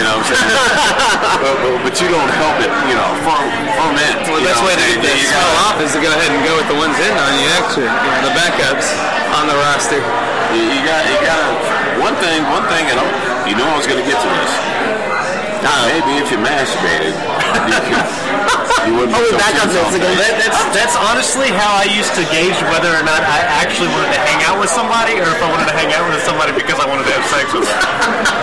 Speaker 4: you know what I'm saying? but, but, but you don't help it, you know, ferment. ferment
Speaker 6: Well,
Speaker 4: you
Speaker 6: the best
Speaker 4: know,
Speaker 6: way to
Speaker 4: and
Speaker 6: get the
Speaker 4: you
Speaker 6: smell off
Speaker 4: gotta-
Speaker 6: is to go ahead and go with the ones in on you, actually. You know, the backups on the roster.
Speaker 4: You, you got, you got one thing, one thing, and I'm, you know I was gonna get to this.
Speaker 6: Uh-huh.
Speaker 4: maybe if you masturbated, you, could, you
Speaker 3: Oh,
Speaker 4: wouldn't.
Speaker 3: wait,
Speaker 4: become
Speaker 3: that doesn't-
Speaker 4: too self-
Speaker 3: it's
Speaker 5: That, that's that's honestly how I used to gauge whether or not I actually wanted to hang out with somebody, or if I wanted to hang out with somebody because I wanted to have sex with them.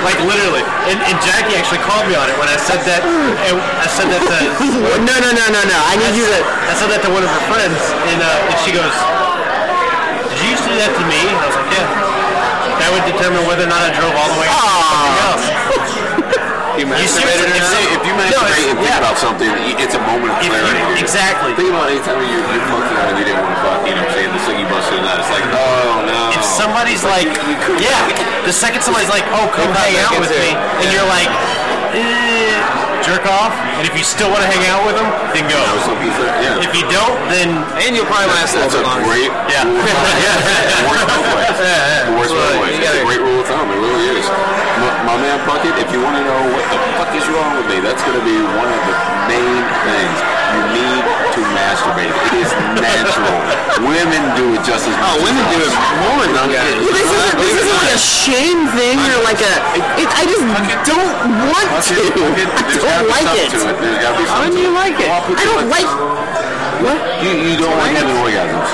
Speaker 5: like literally, and, and Jackie actually called me on it when I said that. And I said that to
Speaker 3: Well, no, no, no, no, no. I need you to.
Speaker 5: I said that to one of her friends, and uh, and she goes, "Did you used to do that to me?" And I was like, "Yeah." That would determine whether or not I drove all the way. to something else.
Speaker 6: You
Speaker 5: You
Speaker 6: masturbated or
Speaker 5: seriously-
Speaker 4: If,
Speaker 6: not?
Speaker 4: say, if you masturbate and think about something, y- it's a moment of
Speaker 5: If
Speaker 4: clarity.
Speaker 5: you-
Speaker 4: dude.
Speaker 5: exactly.
Speaker 4: Think about any time you you fucked around and you didn't want to fuck. You know what I'm saying? The thing you busted it out. It's like, oh no.
Speaker 5: If somebody's like, yeah, the second somebody's like, oh, come hang out with me, and you're like, eh, jerk off, and if you still want to hang out with them, then go.
Speaker 4: Or something, it's like, yeah.
Speaker 5: If you don't, then
Speaker 6: And you'll probably last a
Speaker 4: That's
Speaker 6: little
Speaker 4: a
Speaker 6: bit longer.
Speaker 4: great
Speaker 5: Yeah.
Speaker 4: rule of thumb. It works both ways. It works both
Speaker 6: Well,
Speaker 4: ways.
Speaker 6: you
Speaker 4: It's a
Speaker 6: gotta-
Speaker 4: great rule of thumb. It really is. My, my man Puckett, if you want to know what the fuck is wrong with me, that's going to be one of the main things. You need to masturbate. It is natural. women do it just as much.
Speaker 6: Oh, women do it more than guys.
Speaker 3: Well, this isn't, this isn't like a shame thing or like a. It, I just don't want to.
Speaker 4: Puckett, Puckett,
Speaker 3: I don't like it.
Speaker 4: there's gotta be something To it. There's got to be
Speaker 3: How
Speaker 4: something
Speaker 3: do
Speaker 4: to
Speaker 3: you like it?
Speaker 4: Well, I'll put
Speaker 3: I
Speaker 4: you
Speaker 3: don't
Speaker 4: on-
Speaker 3: like. What?
Speaker 4: You, you don't like having orgasms.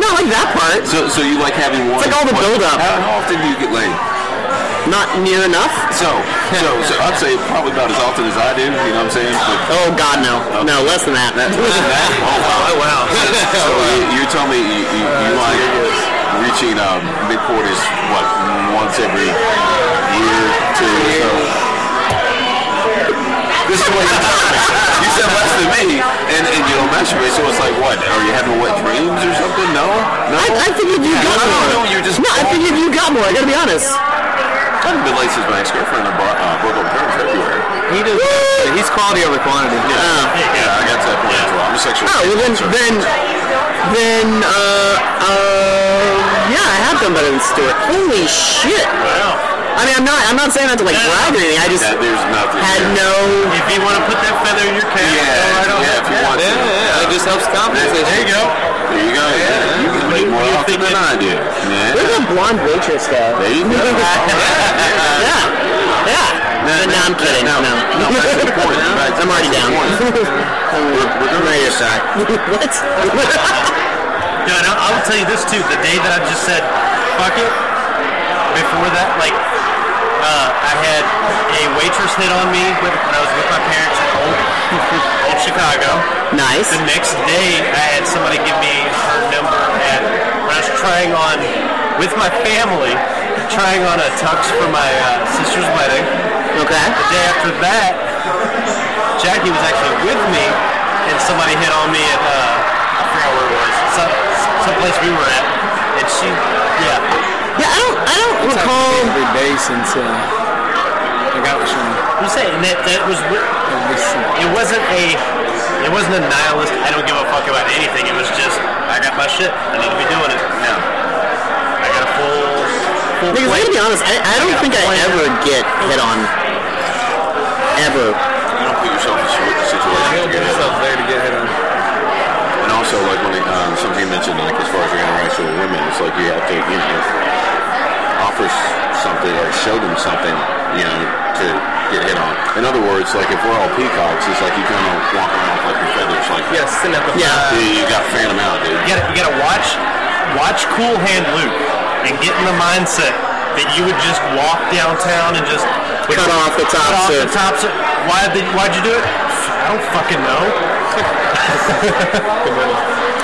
Speaker 3: No, I like that part.
Speaker 4: So, so you like having one.
Speaker 3: It's like all the
Speaker 4: one-
Speaker 3: buildup.
Speaker 4: How, how often do you get laid?
Speaker 3: Not near enough.
Speaker 4: So, so, so I'd say probably about as often as I do. You know what I'm saying? But
Speaker 3: Oh God, no, no, less than that.
Speaker 4: That, that, oh wow!
Speaker 6: Oh, wow.
Speaker 4: So you, you tell me you, you, you like reaching um, mid quarters what once every year, two years. So. This is what you told me. You said less than me, and, and you don't masturbate. So it's like what? Are you having what dreams or something? No, no.
Speaker 3: I, I figured you got
Speaker 4: no,
Speaker 3: more.
Speaker 4: no, you're just
Speaker 3: no, I figured you got more. I gotta be honest.
Speaker 4: I've been late since my ex girlfriend uh, broke up with her in February.
Speaker 6: He does. He's quality over quantity.
Speaker 4: Yeah, yeah. I got to that point as well. I'm a sexual.
Speaker 3: Uh, Oh, well then, then, then, uh, uh, yeah, I have done better than Stuart. Holy shit!
Speaker 5: well,
Speaker 3: I mean, I'm not, I'm not saying that to like brag or anything. I just
Speaker 4: that there's nothing.
Speaker 3: had
Speaker 4: there.
Speaker 3: no.
Speaker 5: if you want to put that feather in your cap,
Speaker 4: Yeah,
Speaker 5: go right on.
Speaker 4: yeah. If you want
Speaker 6: Yeah,
Speaker 4: to.
Speaker 6: yeah, It just helps compensate.
Speaker 5: There you go.
Speaker 4: There you go. Yeah. You can play more often than I do. Yeah.
Speaker 3: There's a blonde waitress though.
Speaker 4: There you go.
Speaker 3: Yeah, yeah. But no, I'm kidding. No,
Speaker 4: No, that's the point. That's
Speaker 3: I'm already
Speaker 4: the
Speaker 3: down.
Speaker 4: point. We're, we're going to get back.
Speaker 3: what?
Speaker 5: No, no, I will tell you this too. The day that I just said, fuck it, before that, like, uh, I had a waitress hit on me with, when I was with my parents in old, old Chicago.
Speaker 3: Nice.
Speaker 5: The next day, I had somebody give me her number at when I was trying on with my family, trying on a tux for my uh, sister's wedding.
Speaker 3: Okay.
Speaker 5: The day after that, Jackie was actually with me, and somebody hit on me at uh, I forgot where it was, some someplace we were at, and she, yeah,
Speaker 3: Yeah, I don't, I don't recall.
Speaker 6: Every day since uh, I got with Sean.
Speaker 5: I'm saying that that was wi-
Speaker 6: Every single-
Speaker 5: it wasn't a it wasn't a nihilist. I don't give a fuck about anything. It was just I got my shit. I need to be doing it. No, I got a full full
Speaker 3: Because I'm gonna
Speaker 5: plate.
Speaker 3: be honest, I, I don't think I ever get hit on. Ever.
Speaker 4: You don't put yourself in a situation
Speaker 6: He'll put
Speaker 4: to get hit.
Speaker 6: himself there to get hit on.
Speaker 4: And also, like when it, um, something you mentioned, like as far as your interaction with women, it's like you have to, you know, offer s- something or show them something, you know, to get hit on. In other words, like if we're all peacocks, it's like you kind of walk around like your feathers, like
Speaker 6: Yeah, send up the
Speaker 3: Yeah.
Speaker 6: flag.
Speaker 4: yeah, you got fan them out, dude.
Speaker 5: You gotta, you gotta watch watch Cool Hand Luke and get in the mindset that you would just walk downtown and just
Speaker 3: Cut off the top
Speaker 5: Cut off the
Speaker 3: surf.
Speaker 5: top surf. Why did why'd you do it? I don't fucking know.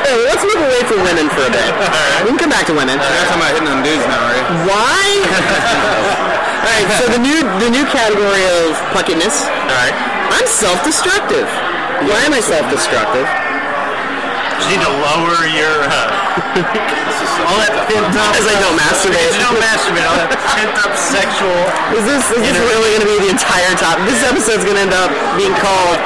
Speaker 3: wait, let's move away from women for a bit. We can come back to women.
Speaker 6: You're talking about hitting on dudes now, right?
Speaker 3: Why? All right. So the new the new category of pluckiness. All right. I'm self-destructive. Why am I self-destructive?
Speaker 5: You need to lower your. Uh, all that pent up.
Speaker 3: Because I don't masturbate.
Speaker 5: Because you don't masturbate. All that pent up sexual.
Speaker 3: Is this is this really going to be the entire top? This episode's going to end up being called.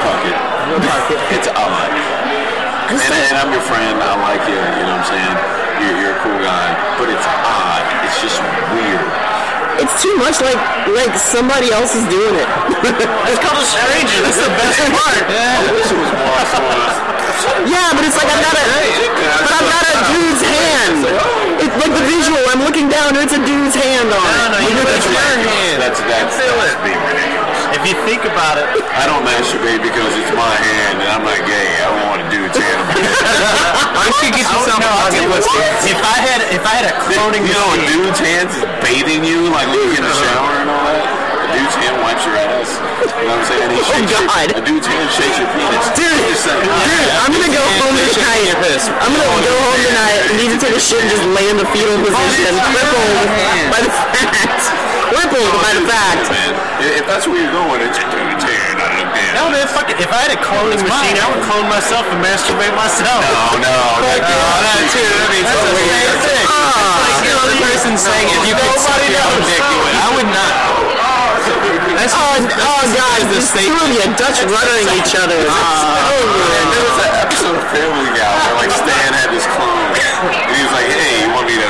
Speaker 4: It's all right.
Speaker 3: I just
Speaker 4: And,
Speaker 3: don't-
Speaker 4: and I'm your friend. I like you. You know what I'm saying? You're, you're a cool guy. But it's odd. It's just weird.
Speaker 5: uh,
Speaker 3: It's too much like like somebody else is doing it.
Speaker 5: It's called a stranger. That's the best part.
Speaker 4: I wish it was more someone.
Speaker 3: Yeah, but it's like I've got a but I've got a dude's hand.
Speaker 6: oh.
Speaker 3: It's like the visual. I'm looking down and it's a dude's hand on it.
Speaker 5: No, no, you
Speaker 3: Look
Speaker 5: know
Speaker 3: at
Speaker 5: that's
Speaker 3: your
Speaker 5: right.
Speaker 3: hand.
Speaker 4: That's that's
Speaker 5: Feel it.
Speaker 4: that's being ridiculous.
Speaker 5: If you think about it,
Speaker 4: I don't masturbate because it's my hand and I'm not gay. I don't want to do it to animals.
Speaker 6: Why don't you get
Speaker 5: I would-
Speaker 6: yourself
Speaker 5: no,
Speaker 6: a
Speaker 5: I'll tell
Speaker 6: bucket
Speaker 5: you
Speaker 6: list?
Speaker 5: what, if I had if I had a cloning
Speaker 4: you know, a
Speaker 5: machine,
Speaker 4: dude's hands is bathing you like when you get in the shower and all that. A dude's hand wipes your ass. You know what I'm saying? And he
Speaker 3: Oh,
Speaker 4: shakes your-
Speaker 3: God.
Speaker 4: a dude's hand shakes your penis.
Speaker 3: Dude,
Speaker 4: I'm just saying.
Speaker 3: Dude, I'm gonna go home tonight. I'm gonna go home tonight and need to take a shit and just lay in the fetal
Speaker 6: Oh,
Speaker 3: position, crippled by the fact, crippled by the fact.
Speaker 4: Man, if if that's where you're going, it's a dude's hand. I look down.
Speaker 5: no man, fuck it. If I had a cloning machine, I would clone myself and masturbate myself.
Speaker 4: no, no. That,
Speaker 6: that too, that means
Speaker 5: That's
Speaker 6: it's
Speaker 5: a
Speaker 6: weird.
Speaker 5: weird thing.
Speaker 6: Like, you know, the person saying it, you could suck
Speaker 5: Nobody
Speaker 6: your own
Speaker 5: knows.
Speaker 6: dick, you would. I would not. That's
Speaker 3: Oh, and- oh God, this two of you Dutch ruddering each other.
Speaker 6: Ah.
Speaker 4: there was that episode of Family Guy where like Stan had this clone, and he was like, "Hey, you want me to?"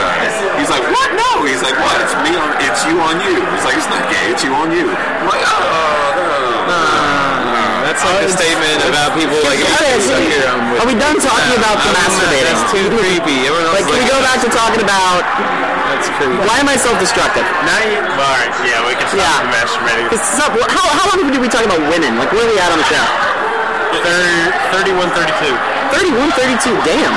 Speaker 4: He's like, "What? No." He's like, "What? It's me on. It's you on you." He's like, "It's not gay. It's you on you." I'm like, "Oh, no."
Speaker 3: Uh,
Speaker 6: That's like a statement about people like, if
Speaker 3: Okay,
Speaker 6: you
Speaker 3: so
Speaker 6: suck your own
Speaker 3: are we done talking about the
Speaker 6: I'm not-
Speaker 3: masturbating?
Speaker 6: That's too creepy. Everyone else
Speaker 3: Like, can we
Speaker 6: is
Speaker 3: go back to talking about
Speaker 6: That's creepy.
Speaker 3: why am I self-destructive?
Speaker 5: Now you, all right, yeah, we can stop
Speaker 3: Yeah.
Speaker 5: the masturbating.
Speaker 3: This is up. How, how long did we talk about women? Like, where are we at on the show?
Speaker 5: Thir- 31, 32.
Speaker 3: 31, 32, damn.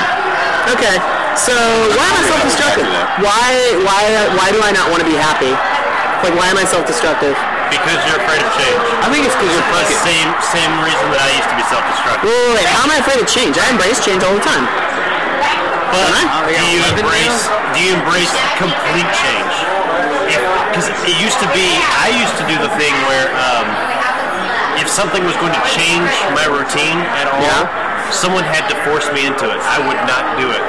Speaker 3: Okay, so why am I self-destructive? Why, why, why do I not want to be happy? Like, why am I self-destructive?
Speaker 5: Because you're afraid of change.
Speaker 6: I think it's because you're
Speaker 5: The
Speaker 6: fucking.
Speaker 5: same same reason that I used to be self-destructive.
Speaker 3: Wait, wait, wait, how am I afraid of change? I embrace change all the time.
Speaker 5: But
Speaker 3: I?
Speaker 5: do you
Speaker 3: Yeah.
Speaker 5: embrace do you embrace complete change? Because it used to be, I used to do the thing where um, if something was going to change my routine at all,
Speaker 3: Yeah.
Speaker 5: someone had to force me into it. I would not do it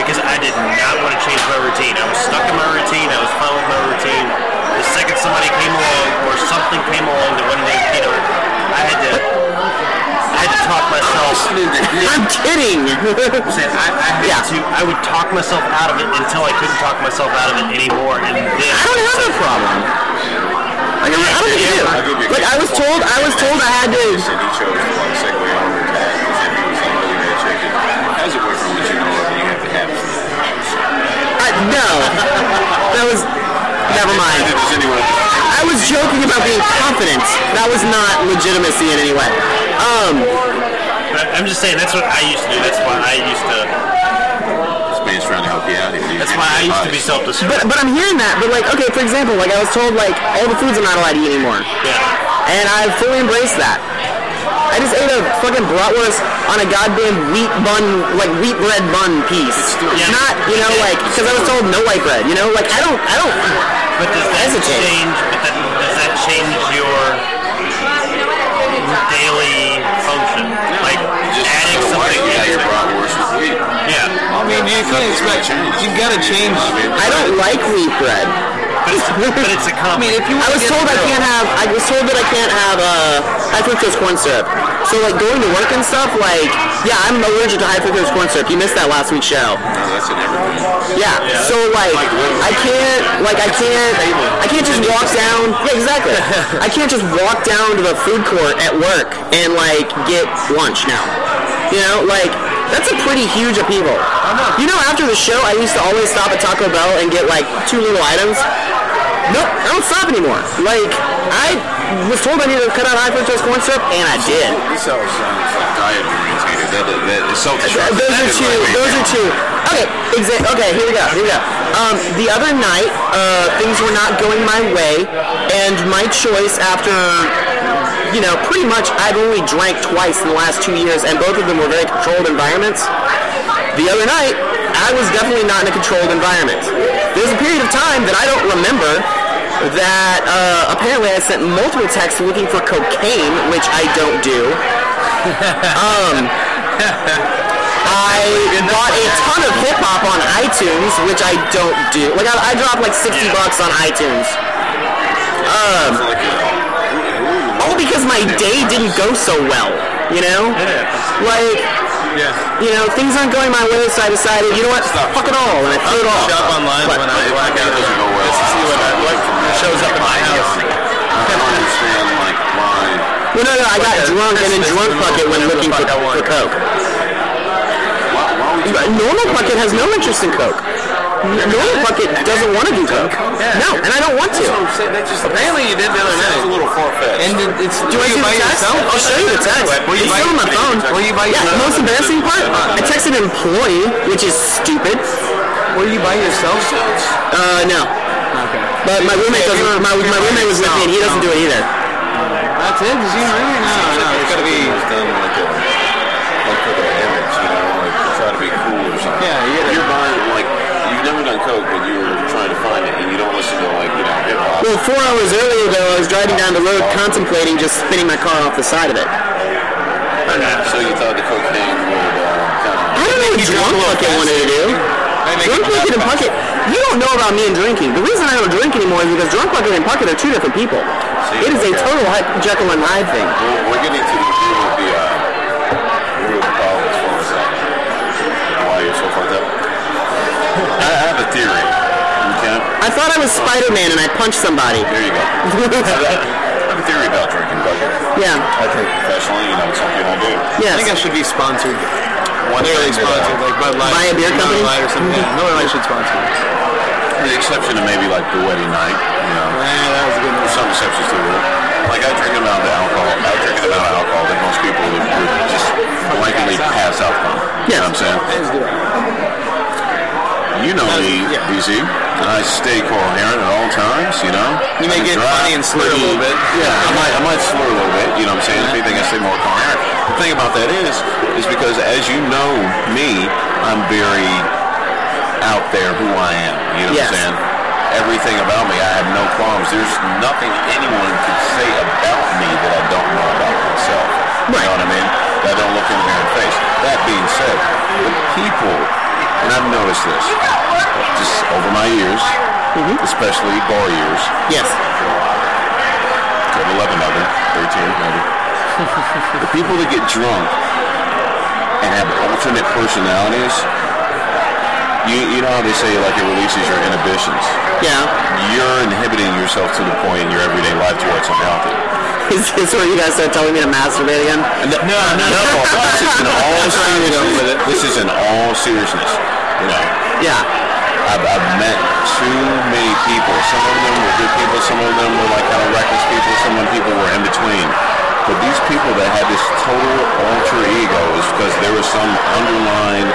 Speaker 5: because I did not want to change my routine. I was stuck in my routine. I was fine with my routine. The second somebody came along or something came along that wanted to, you know, I had to, I had to talk myself.
Speaker 3: I'm kidding.
Speaker 5: I, I had
Speaker 3: Yeah.
Speaker 5: to, I would talk myself out of it until I couldn't talk myself out of it anymore, and
Speaker 3: I
Speaker 5: then
Speaker 3: don't have that problem. Like, I don't I don't think I do. Like, I was told, I was told I had to.
Speaker 4: And he chose to like segue onward to that because if he was like really that chicken, as a boyfriend, would you know of, you have to have.
Speaker 3: I, no, that was. Never mind.
Speaker 4: If there's anyone,
Speaker 3: I was joking about being confident. That was not legitimacy in any way. Um,
Speaker 5: But I'm just saying that's what I used to do. That's why I used to.
Speaker 4: this man's trying to help you out here. You
Speaker 5: That's
Speaker 4: give
Speaker 5: why I
Speaker 4: me
Speaker 5: used to be
Speaker 4: advice.
Speaker 5: self-destructive.
Speaker 3: But but I'm hearing that. But like, okay, for example, like I was told like all the foods I'm not allowed to eat anymore,
Speaker 5: Yeah.
Speaker 3: and I fully embraced that. I just ate a fucking bratwurst on a goddamn wheat bun, like wheat bread bun piece.
Speaker 5: Yeah.
Speaker 3: Not you know like because I was told no white bread. You know like I don't I don't.
Speaker 5: But does that
Speaker 3: Hesitate.
Speaker 5: change? But that, does that change your daily function? Like
Speaker 4: Just
Speaker 5: adding
Speaker 4: why
Speaker 5: something
Speaker 4: you got
Speaker 5: into
Speaker 4: your
Speaker 5: it?
Speaker 4: bratwurst with wheat.
Speaker 5: Yeah.
Speaker 6: I mean, you can't expect. You've got to change.
Speaker 3: I don't like wheat bread.
Speaker 5: But it's, but it's a
Speaker 6: I mean,
Speaker 5: compliment.
Speaker 6: if you
Speaker 3: I
Speaker 6: want
Speaker 3: was
Speaker 6: to
Speaker 3: told I can't have. I was told that I can't have uh, high fructose corn syrup. So like going to work and stuff, like yeah, I'm allergic to high fructose corn syrup. You missed that last week's show.
Speaker 4: No, that's in everything.
Speaker 3: Yeah. So like, I can't like I can't I can't just walk down. Yeah, exactly. I can't just walk down to the food court at work and like get lunch now. You know, like that's a pretty huge upheaval. You know, after the show, I used to always stop at Taco Bell and get like two little items. Nope, I don't stop anymore. Like I was told I needed to cut out high fructose corn syrup, and I did.
Speaker 4: This all sounds like diet orientated. That, that, that is
Speaker 3: Th-
Speaker 4: self-destructive.
Speaker 3: those are
Speaker 4: That is
Speaker 3: two.
Speaker 4: like way
Speaker 3: Those are
Speaker 4: down.
Speaker 3: two. Okay. Exa- okay. Here we go. Here we go. Um, the other night, uh, things were not going my way, and my choice after, you know, pretty much I've only drank twice in the last two years, and both of them were very controlled environments. The other night, I was definitely not in a controlled environment. There's a period of time that I don't remember that uh, apparently I sent multiple texts looking for cocaine, which I don't do. um, I bought a ton of hip hop on iTunes, which I don't do. Like I, I dropped like sixty bucks on iTunes. Um,
Speaker 4: uh,
Speaker 3: all because my day didn't go so well. You know, like
Speaker 5: Yeah.
Speaker 3: you know things aren't going my way, so I decided, you know what, fuck it all, and I threw it all.
Speaker 5: Shop online
Speaker 3: What?
Speaker 5: when I black out.
Speaker 4: doesn't go well.
Speaker 5: Just to see what, I, what shows up in my house.
Speaker 4: I don't understand like why.
Speaker 3: Well, no, no, I got drunk and then drunk bucket when looking for, for coke.
Speaker 4: Why, why would you?
Speaker 3: But normal bucket has no interest in coke. Normal bucket doesn't want to do coke. No, and I don't want to.
Speaker 6: Apparently you did the other night.
Speaker 4: That's a little far fetched.
Speaker 6: And it- it's
Speaker 3: Do I
Speaker 6: you
Speaker 3: do
Speaker 6: by
Speaker 3: the text?
Speaker 6: yourself?
Speaker 3: I'll show you the text.
Speaker 6: Will you
Speaker 3: It's
Speaker 6: buy-
Speaker 3: still on my phone.
Speaker 6: Will you buy Uh,
Speaker 3: Yeah,
Speaker 6: yourself?
Speaker 3: most embarrassing part, I texted an employee, which is stupid.
Speaker 6: Were you by yourself?
Speaker 3: Uh, no.
Speaker 6: Okay.
Speaker 3: But my roommate doesn't, my, my roommate was with me and he doesn't do it either.
Speaker 6: That's it? Did you really? No, no. It's gotta be.
Speaker 4: It's done like a like for the image, you know, like to try to be cool or something.
Speaker 6: Yeah, you gotta-
Speaker 4: You're buying like you've never done coke, but you were trying to find it, and you don't listen to like you know hip hop.
Speaker 3: Well, four hours earlier though, I was driving down the road contemplating just spinning my car off the side of it.
Speaker 4: So you thought the cocaine would uh, kind
Speaker 3: I
Speaker 4: of.
Speaker 3: don't know what drunk bucket wanted to do. Drunk bucket and bucket, you don't know about me and drinking. The reason I don't drink anymore is because drunk bucket and bucket are two different people.
Speaker 4: See,
Speaker 3: It is a
Speaker 4: okay.
Speaker 3: total Hy- Jekyll and Hyde thing.
Speaker 4: We're, we're getting to the root of the uh, root of the problem as far as uh, why you're so fucked up. I I have a theory. Okay,
Speaker 3: I thought I was Spider-Man and I punched somebody.
Speaker 4: there you go. I have a theory about drinking bucket.
Speaker 3: yeah,
Speaker 4: I think professionally, you know, it's something I do.
Speaker 6: I think I
Speaker 3: yes.
Speaker 6: should be sponsored.
Speaker 4: One
Speaker 6: Clearly
Speaker 4: thing that, uh,
Speaker 6: sponsored, like Bud Light.
Speaker 3: By a beer company?
Speaker 6: Miller
Speaker 3: Mm-hmm.
Speaker 6: Lite or something. Yeah, Miller Lite should sponsor. me.
Speaker 4: With the exception of maybe like the wedding night, you know.
Speaker 6: Yeah, that was a good one.
Speaker 4: There's some exceptions to the rule. Like I drink an amount of alcohol. I drink an amount of alcohol that most people would, would just blankly pass out from. You know what I'm saying?
Speaker 6: That was good.
Speaker 4: You know me,
Speaker 6: Yeah.
Speaker 4: BZ. I stay coherent at all times, you know?
Speaker 6: You may
Speaker 4: I
Speaker 6: get
Speaker 4: drive
Speaker 6: funny and slur a
Speaker 4: pretty-
Speaker 6: little bit.
Speaker 4: Yeah, I might, I might slur a little bit, you know what I'm saying? If anything, I stay more coherent. The thing about that is, is because as you know me, I'm very out there who I am, you know
Speaker 3: Yes.
Speaker 4: what I'm saying? Everything about me, I have no qualms. There's nothing anyone could say about me that I don't know about myself. You
Speaker 3: Right.
Speaker 4: know what I mean? That I don't look in the mirror and face. That being said, the people, and I've noticed this, just over my years,
Speaker 3: Mm-hmm.
Speaker 4: especially bar years,
Speaker 3: Yes.
Speaker 4: I have 11 of them, 13 maybe. the people that get drunk and have alternate personalities, you, you know how they say like it releases your inhibitions.
Speaker 3: Yeah.
Speaker 4: You're inhibiting yourself to the point in your everyday life to where it's unhealthy.
Speaker 3: Is this where you guys start telling me to masturbate again?
Speaker 4: No, no, This is in all seriousness. This is in all seriousness. You know,
Speaker 3: Yeah.
Speaker 4: I've, I've met too many people. Some of them were good people. Some of them were like kind of reckless people. Some of them people were in between. But these people that had this total alter ego is because there was some underlying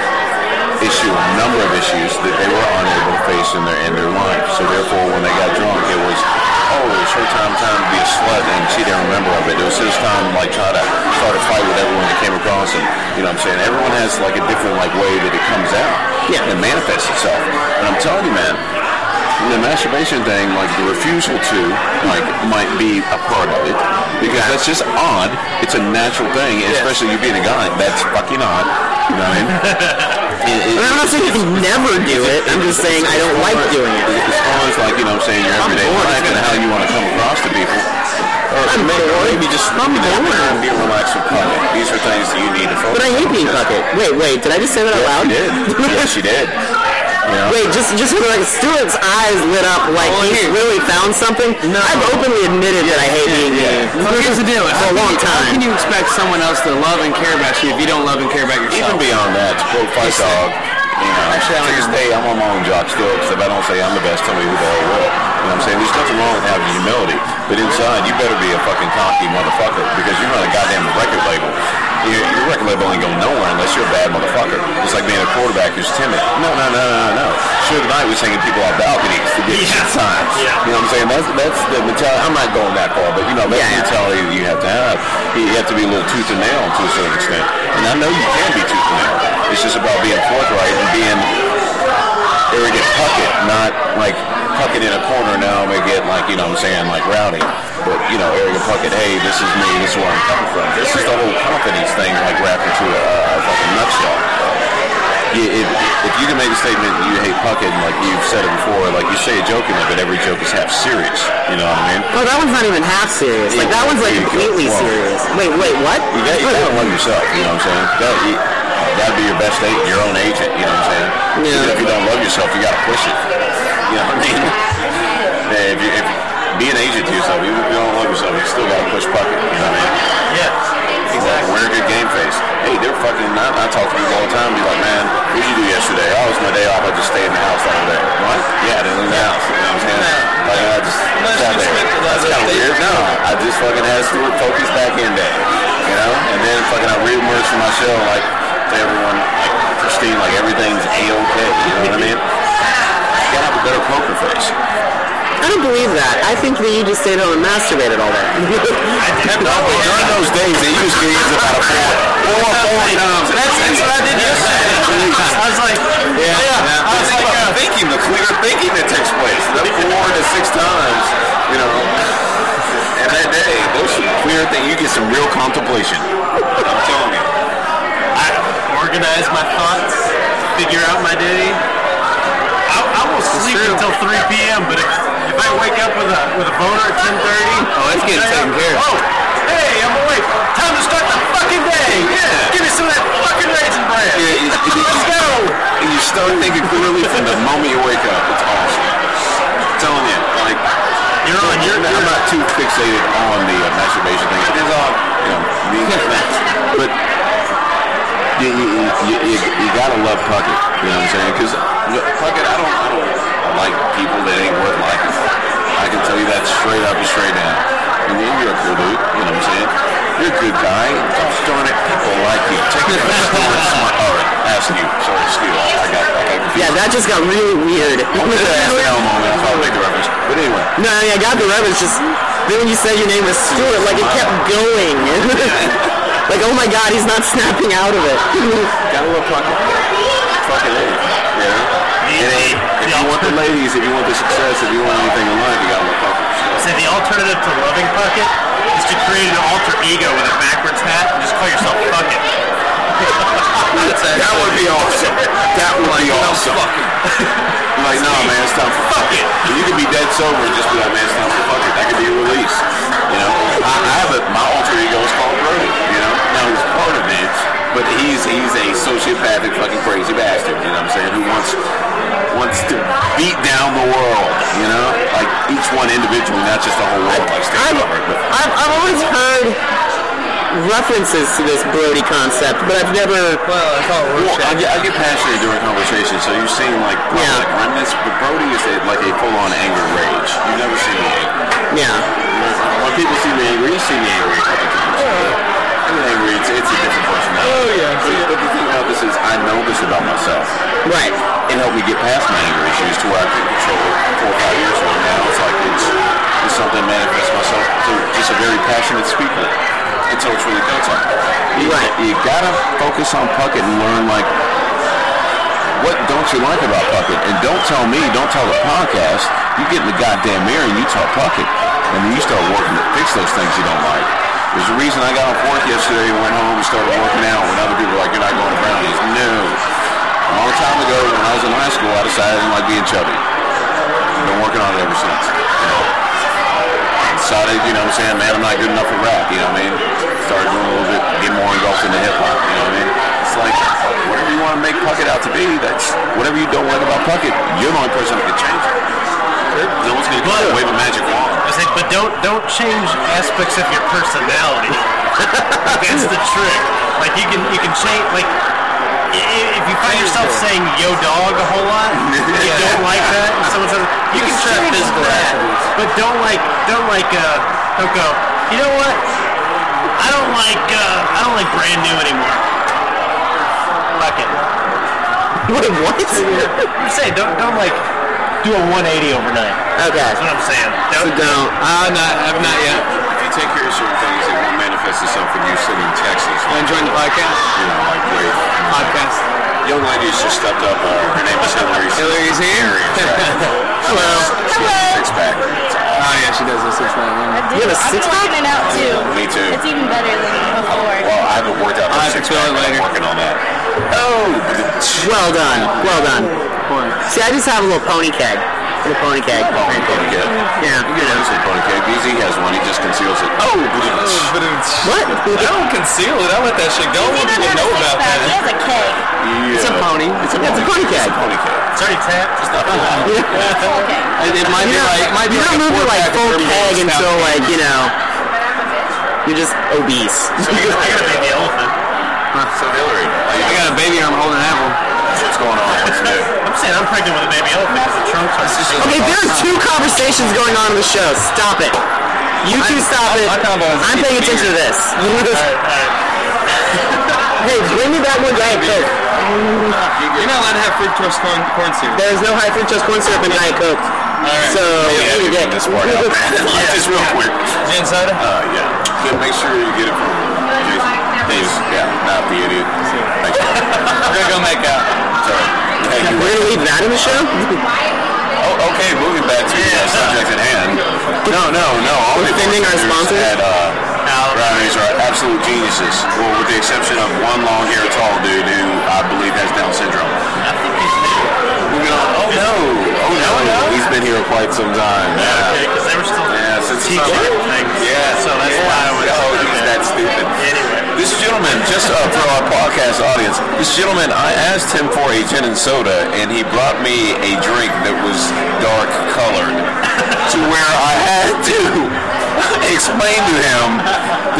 Speaker 4: issue, a number of issues that they were unable to face in their in their life. So therefore, when they got drunk, it was oh, it's her time time to be a slut, and she didn't remember of it. It was his time to like try to start a fight with everyone that came across him. You know what I'm saying? Everyone has like a different like way that it comes out
Speaker 3: Yeah.
Speaker 4: and manifests itself. And I'm telling you, man, the masturbation thing, like the refusal to, like, might be a part of it because that's just odd. It's a natural thing, especially you being a guy. That's fucking odd. You know what I mean? It- it-
Speaker 3: And I'm not saying you can never do it. I'm just saying I don't like doing it.
Speaker 4: As far as like you know, what I'm saying your everyday life and how you want to come across to people. Or
Speaker 3: I'm
Speaker 4: maybe,
Speaker 3: bored.
Speaker 4: maybe just
Speaker 3: I'm
Speaker 4: you know,
Speaker 3: bored.
Speaker 4: Be relaxed with puppet. These are things that you need to focus.
Speaker 3: But I hate
Speaker 4: on.
Speaker 3: being bucket. Wait, wait, did I just say that out loud?
Speaker 4: Yes, you did. yes, you did. You know?
Speaker 3: Wait, just just for like Stuart's eyes lit up like
Speaker 4: Oh,
Speaker 6: Well, here.
Speaker 3: he's really found something. I've openly admitted that I hate being gay.
Speaker 6: Well, here's the deal.
Speaker 3: For a long
Speaker 6: How
Speaker 3: time.
Speaker 6: can you expect someone else to love and care about you if you don't love and care about
Speaker 4: Even
Speaker 6: yourself?
Speaker 4: beyond that, to quote Fight Dog, you know,
Speaker 6: Actually, I
Speaker 4: to
Speaker 6: don't
Speaker 4: this day, I'm on my own jock still, because if I don't say I'm the best, tell me who the hell will. You know what I'm saying? There's nothing wrong with having humility, but inside, you better be a fucking cocky motherfucker, because you're not a goddamn record label. Your, your record label ain't going nowhere unless you're a bad motherfucker. It's like being a quarterback who's timid. No, no, no, no, no. Suge Knight was hanging people off balconies to get
Speaker 5: Yeah.
Speaker 4: shit signed.
Speaker 5: Yeah.
Speaker 4: You know what I'm saying? That's that's the mentality. I'm not going that far, but you know, that's
Speaker 3: Yeah, yeah.
Speaker 4: the mentality that you have to have. You have to be a little tooth and nail to a certain extent. And I know you can be tooth and nail. It's just about being forthright Puckett in a corner now may get like, you know what I'm saying, like rowdy. But, you know, Eric Puckett, hey, this is me, this is where I'm coming from. This is the whole confidence thing like wrapped into a, a fucking nutshell. You, if, if you can make a statement that you hate Puckett, and like you've said it before, like you say it jokingly, but every joke is half serious. You know what I mean?
Speaker 3: Oh, that one's not even half serious. Like that one's like
Speaker 4: Yeah,
Speaker 3: completely
Speaker 4: well.
Speaker 3: serious. Wait, wait, what?
Speaker 4: You got you gotta love yourself, you know what I'm saying? That, you, that'd be your best agent, your own agent, you know what I'm saying?
Speaker 3: Yeah.
Speaker 4: Even if you don't love yourself, you gotta push it. You know what I mean? Yeah, if you if be an agent to yourself, even if you don't love yourself, you still gotta push bucket, you know what I mean?
Speaker 5: Yes, exactly.
Speaker 4: Wear a good game face. Hey, they're fucking not I talk to people all the time, be like, Man, what did you do yesterday? Oh, it's my day off, I just stayed in the house all day. What? Yeah, I didn't leave the house, you know what I'm saying? Like I just
Speaker 6: Unless you
Speaker 4: sat there.
Speaker 6: spent the
Speaker 4: That's
Speaker 6: last
Speaker 4: kinda
Speaker 6: day
Speaker 4: weird. No, I just fucking had Stuart focus back in day, you know, and then fucking I reemerged from my shell like to everyone, like pristine, like everything's a okay. You know what I mean? You gotta have a better poker face.
Speaker 3: I don't believe that. I think that you just stayed home and masturbated all day.
Speaker 4: No, but during those days, they used to use about a four, four, four times.
Speaker 6: That's, that's what I did yesterday. I was like,
Speaker 4: Yeah,
Speaker 6: yeah.
Speaker 4: I was like, uh, thinking, the clear thinking that takes place, the four to six times, you know. And that day, those some clear thing. You get some real contemplation. I'm telling you.
Speaker 5: I organize my thoughts, figure out my day. I, I will sleep
Speaker 6: true.
Speaker 5: until 3 p.m., but if, if I wake up with a with a boner at 10:30,
Speaker 6: Oh, it's getting
Speaker 5: I-
Speaker 6: taken care of.
Speaker 5: Oh, hey, I'm awake. Time to start the fucking day.
Speaker 4: Yeah.
Speaker 5: Give me some of that fucking raisin bread.
Speaker 4: Yeah, it's- it's-
Speaker 5: Let's go.
Speaker 4: And you start thinking clearly from the moment you wake up. It's awesome. I'm telling you, like,
Speaker 5: You're on. You're,
Speaker 4: I'm
Speaker 5: you're
Speaker 4: not too fixated on the uh, masturbation thing. It is on, you know, me but you, you, you, you, you gotta love Puckett. You know what I'm saying? Because Puckett, I don't, I don't like people that ain't worth liking. I can tell you that straight up and straight down. And then you're a cool dude. You know what I'm saying? You're a good guy. Gosh darn it, people like you. Take it from smart, smart. All right, Oh, ask you. Sorry, excuse me. I got, I got
Speaker 3: Yeah, that just got really weird.
Speaker 4: SNL moment. so I'll make the reference. But anyway.
Speaker 3: No, I, mean, I got the reference. Just then when you said your name was Stuart, like it kept going. like, oh my God, he's not snapping out of it.
Speaker 4: Got a little pocket. Fucking lady. Yeah. And if, if you want the ladies, if you want the success, if you want anything in life, you got a little pocket.
Speaker 5: Say the alternative to loving Puckett is to create an alter ego with a backwards hat and just call yourself Puckett.
Speaker 4: That would be awesome. That would be awesome. like, no, man, it's time for fuck it. You could be dead sober and just be like, man, it's time for fuck it. That could be a release. You know, I, I have a, my alter ego is called Brody. You know, now he's part of it, but he's he's a sociopathic fucking crazy bastard. You know what I'm saying? Who wants wants to beat down the world? You know, like each one individually, not just the whole world.
Speaker 3: I've,
Speaker 4: Like, stand over it, but
Speaker 3: I've, I've always heard references to this Brody concept, but I've never.
Speaker 6: Well, I call it
Speaker 4: Well,
Speaker 6: workshop.
Speaker 4: I get, I get passionate during conversation, so you've seen like, bro-
Speaker 3: Yeah.
Speaker 4: like remnants, but Brody is a, like a full-on anger rage. You've never seen me angry.
Speaker 3: Yeah.
Speaker 4: When people see me angry, you see me angry a couple times. I'm angry, it's, it's a different personality.
Speaker 6: Oh, yeah.
Speaker 4: But, but the thing about this is, I know this about myself.
Speaker 3: Right.
Speaker 4: It helped me get past my anger issues to where I can control it four or five years from now. It's like it's, it's something that manifests myself through just a very passionate speaker until it's really go time. You,
Speaker 3: Right.
Speaker 4: you gotta focus on Puckett and learn like what don't you like about Puckett? And don't tell me, don't tell the podcast. You get in the goddamn mirror and you tell Puckett. And then you start working to fix those things you don't like. There's a reason I got off work yesterday and went home and started working out when other people were like, you're not going to brownies. No. A long time ago, when I was in high school, I decided I didn't like being chubby. Been working on it ever since. You know? Decided, you know what I'm saying, man, I'm not good enough for rap, you know what I mean? Started doing a little bit, get more engulfed into hip hop, you know what I mean? It's like, whatever you want to make Puckett out to be, that's, whatever you don't like about Puckett, you're the only person that can change it. No one's going to
Speaker 5: But-
Speaker 4: wave a magic wand.
Speaker 5: I said, but don't don't change aspects of your personality. That's the trick. Like you can you can change like i- i- if you find yourself saying "yo dog" a whole lot, you don't like that, and someone says you can
Speaker 6: Just try
Speaker 5: change
Speaker 6: physical
Speaker 5: that,
Speaker 6: attributes.
Speaker 5: but don't like don't like uh don't go. You know what? I don't like uh, I don't like brand new anymore. Fuck it.
Speaker 3: Wait, what? okay.
Speaker 5: I'm saying don't don't like do a 180 overnight. That's what I'm saying. Don't,
Speaker 3: Don't.
Speaker 6: I'm not, I'm Uh, not yet.
Speaker 4: If you take care of certain things, it won't manifest itself in you sitting in Texas.
Speaker 6: I'm enjoying the podcast.
Speaker 4: You know, like where
Speaker 6: Podcast.
Speaker 4: young lady's just stepped up. Uh, her name is Hillary.
Speaker 6: Hillary's here.
Speaker 4: Hillary, that's right.
Speaker 3: Hello.
Speaker 4: Six pack.
Speaker 6: Oh yeah, she does this. It's right.
Speaker 7: I do.
Speaker 3: You have a
Speaker 7: I've been
Speaker 3: six-pack?
Speaker 7: working it out too.
Speaker 4: Me too.
Speaker 7: It's even better than before.
Speaker 6: Oh,
Speaker 4: Well, I haven't worked out
Speaker 6: I'll
Speaker 4: my
Speaker 6: have to
Speaker 4: six
Speaker 6: feel it
Speaker 4: pack.
Speaker 6: later.
Speaker 4: I'm working on that. Oh,
Speaker 3: Well done. Well done. See, I just have a little pony keg. A little pony keg.
Speaker 4: pony keg.
Speaker 3: Yeah.
Speaker 4: You can use a pony keg. BZ has one. He just conceals it. Oh,
Speaker 6: But it's,
Speaker 3: What?
Speaker 6: I don't conceal it. I let that shit go. I
Speaker 7: He
Speaker 6: want
Speaker 7: doesn't
Speaker 6: people to
Speaker 7: have
Speaker 6: know
Speaker 7: a six
Speaker 6: about
Speaker 7: pack. He
Speaker 6: that.
Speaker 7: has a keg.
Speaker 3: It's a pony. It's a, it's a pony keg.
Speaker 4: Pony keg.
Speaker 5: It's already tapped. It's not allowed.
Speaker 7: Full keg.
Speaker 6: It, it might
Speaker 3: You
Speaker 6: be
Speaker 3: don't,
Speaker 6: like, might be
Speaker 3: you
Speaker 6: like
Speaker 3: don't
Speaker 6: a
Speaker 3: move it like
Speaker 6: four-pack of
Speaker 3: full
Speaker 6: German
Speaker 3: keg
Speaker 6: stout.
Speaker 3: until like you know you're just obese.
Speaker 5: So you're gonna be the elephant.
Speaker 4: So Hillary,
Speaker 6: I got a baby arm holding an apple.
Speaker 4: what's going on? What's new?
Speaker 5: I'm saying I'm pregnant with a baby elephant because the trunks are just
Speaker 3: Okay, there are two conversations going on in the show. Stop it. You two stop it.
Speaker 6: I kinda was-
Speaker 3: I'm paying attention to this. hey, bring me that one Diet Coke.
Speaker 6: You're not allowed to have fructose corn, corn syrup.
Speaker 3: There's no high fructose corn syrup in Diet Coke. So,
Speaker 4: Yeah,
Speaker 3: eat your dick.
Speaker 4: this part out. yeah. Just real quick. Inside? Uh, yeah. Then make sure you get it from Jason. He's, yeah, not the idiot. Thanks.
Speaker 6: We're gonna go make out.
Speaker 4: Sorry. Thank you.
Speaker 3: We're gonna leave that in the show?
Speaker 4: Oh, okay, moving back to the uh, subject at hand. No, no, no. All
Speaker 3: We're
Speaker 4: the
Speaker 3: defending our
Speaker 4: bartenders
Speaker 3: sponsor?
Speaker 4: At, uh, Brownies are absolute geniuses. Well, with the exception of one long-haired tall dude who I believe has Down syndrome. Moving on. Oh no! Oh no! He's been here quite some time. Yeah.
Speaker 5: because they were still
Speaker 4: Yeah, since the
Speaker 5: teaching
Speaker 4: summer.
Speaker 5: things.
Speaker 4: Yeah,
Speaker 5: So that's
Speaker 4: yeah.
Speaker 5: why I was.
Speaker 4: Oh, he's that stupid. This gentleman, just uh, for our podcast audience, this gentleman, I asked him for a gin and soda, and he brought me a drink that was dark colored, to where I had to explain to him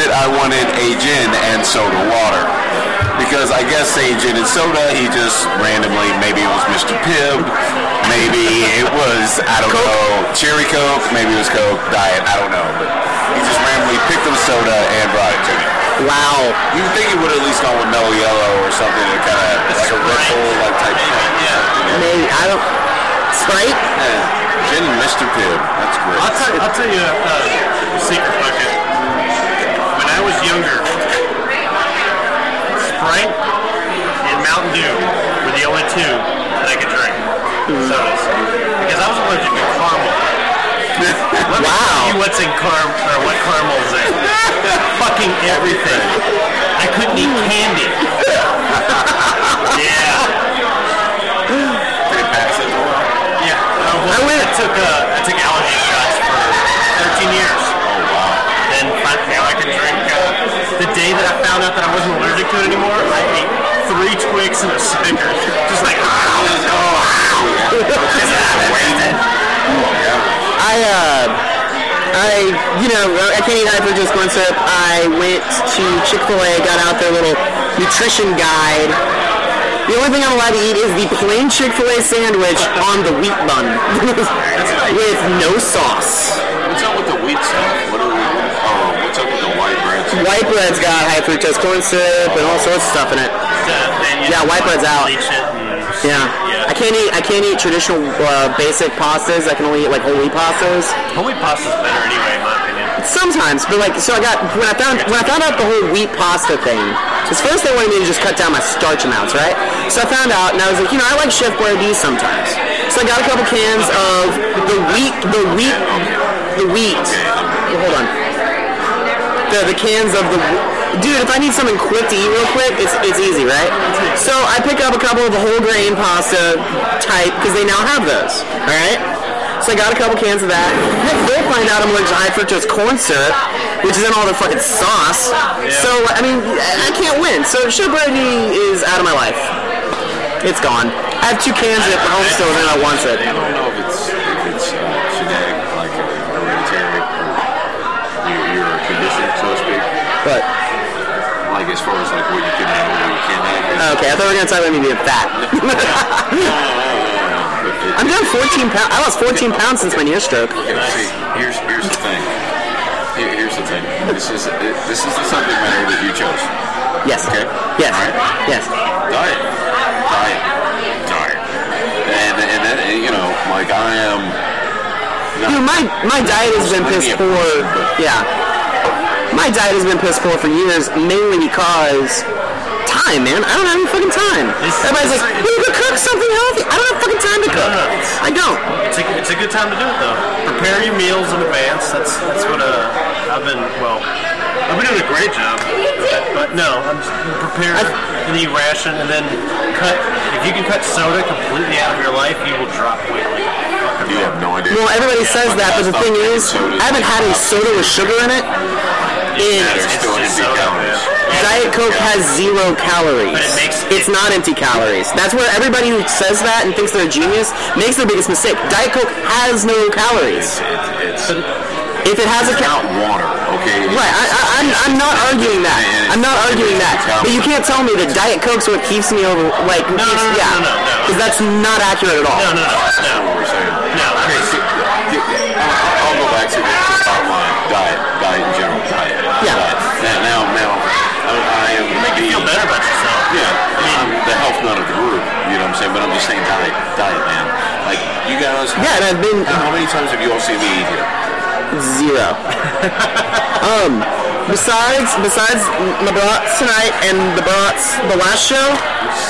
Speaker 4: that I wanted a gin and soda water. Because I guess saying gin and soda, he just randomly, maybe it was Mr. Pibb, maybe it was, I don't know, Cherry Coke, maybe it was Coke, Diet, I don't know. But he just randomly picked up soda and brought it to me.
Speaker 3: Wow.
Speaker 4: You would think it would at least gone with mellow yellow or something that kind of like a Red Bull like type thing. Yeah.
Speaker 3: Maybe, I don't... Sprite?
Speaker 4: Gin and Mr. Pibb. That's great.
Speaker 5: I'll tell, I'll tell you a uh, secret bucket. When I was younger, Sprite and Mountain Dew were the only two that I could drink.
Speaker 4: Mm.
Speaker 5: Sodas. Because I was allergic to caramel. Let me tell you
Speaker 3: Wow.
Speaker 5: what's in caramel, or what caramel's in. Fucking everything. I couldn't eat candy. yeah.
Speaker 4: Pretty passive.
Speaker 5: Yeah. Uh, well, I went. I took uh, I took allergy shots for 13 years. Oh wow. And fi- now I can drink. Uh, the day that I found out that I wasn't allergic to it anymore, I ate three Twix and a Snickers. Just like.
Speaker 4: Oh,
Speaker 3: I uh, I you know I can't eat high fructose corn syrup. I went to Chick Fil A, got out their little nutrition guide. The only thing I'm allowed to eat is the plain Chick Fil A sandwich on the wheat bun with no sauce.
Speaker 4: What's up with the wheat stuff? What are we? Oh, what's up with the white bread? stuff?
Speaker 3: White bread's got high fructose corn syrup and all sorts of stuff in it. Yeah, white bread's
Speaker 5: uh,
Speaker 3: out. Yeah, I can't eat I can't eat traditional uh, basic pastas. I can only eat like whole wheat pastas.
Speaker 5: Holy pasta's better anyway, in my opinion.
Speaker 3: Sometimes, but like, so I got when I found when I found out the whole wheat pasta thing. Because first they wanted me to just cut down my starch amounts, right? So I found out, and I was like, you know, I like Chef Boyardee sometimes. So I got a couple cans of the wheat, the wheat, the wheat. Hold on. The the cans of the. Dude, if I need something quick to eat real quick, it's, it's easy, right? So I pick up a couple of the whole grain pasta type because they now have those. All right. So I got a couple cans of that. Heck, They'll find out I'm allergic to high fructose corn syrup, which is in all the fucking sauce. So I mean, I I can't win. So Chef Brady is out of my life. It's gone. I have two cans of it from home still, and I want it.
Speaker 4: I don't know if it's if it's uh, genetic, like uh, hereditary, or your, your condition, so to speak.
Speaker 3: But
Speaker 4: Like as far as like what you can have and what you can't
Speaker 3: oh,
Speaker 4: have.
Speaker 3: okay, I thought we were gonna talk about me being fat. I'm down 14 pounds. I lost 14 pounds since my near stroke.
Speaker 4: See, here's here's the thing. Here- Here's the thing. This is it, this is the subject matter that you chose.
Speaker 3: Yes. Yes. Yes.
Speaker 4: Diet, diet, diet, and and, that, and you know, like I am.
Speaker 3: Dude, my my diet has been piss poor. Yeah, my diet has been piss poor for years, mainly because time, man. I don't have any fucking time.
Speaker 5: It's-
Speaker 3: Everybody's
Speaker 5: it's
Speaker 3: like,
Speaker 5: like-
Speaker 3: "Well, you could cook something healthy." I don't have fucking time to cook.
Speaker 5: no, it's-
Speaker 3: I don't.
Speaker 5: It's a, it's It's a good time to do it though. Prepare your meals in advance. That's that's what uh, I've been well. I've been doing a great job, but no, I'm just prepare and eat ration and then cut. If you can cut soda completely out of your life, you will drop weight. Like a fucking
Speaker 4: You
Speaker 5: rock.
Speaker 4: have no idea.
Speaker 3: Well, everybody says
Speaker 4: but
Speaker 3: that, but the
Speaker 4: that's not
Speaker 3: thing
Speaker 4: good
Speaker 3: is,
Speaker 4: soda.
Speaker 3: I haven't had a soda with sugar in it. In
Speaker 4: It matters. Still
Speaker 5: It's
Speaker 4: empty
Speaker 5: just soda,
Speaker 4: calories.
Speaker 5: man.
Speaker 3: Diet Coke has zero calories.
Speaker 5: But it makes-
Speaker 3: it's not empty calories. That's where everybody who says that and thinks they're a genius makes their biggest mistake. Diet Coke has no calories.
Speaker 4: It's, it's, it's
Speaker 3: If it has a
Speaker 4: not
Speaker 3: cal-
Speaker 4: water, okay? It's-
Speaker 3: Right, I, I, I'm, I'm not arguing that. I'm not arguing that. But you can't tell me that Diet Coke's what keeps me over, like,
Speaker 5: no, no, no,
Speaker 3: yeah.
Speaker 5: no, no, no.
Speaker 3: Because that's not accurate at all.
Speaker 5: No, no,
Speaker 4: That's not what
Speaker 5: no, no.
Speaker 4: we're saying.
Speaker 5: No.
Speaker 4: Okay, so, yeah, yeah, I'll, I'll go back to this just outline diet, diet in general, diet.
Speaker 3: Yeah.
Speaker 4: Diet. Now, now, now, I, I am
Speaker 5: Make you feel better about yourself.
Speaker 4: Yeah, I'm the health nut of the group. You know what I'm saying? But I'm just saying diet, diet, man. Like you guys.
Speaker 3: Yeah, and I've been
Speaker 4: How, how many times have you all seen me eat here?
Speaker 3: zero. um, besides besides the brats tonight and the brats the last show,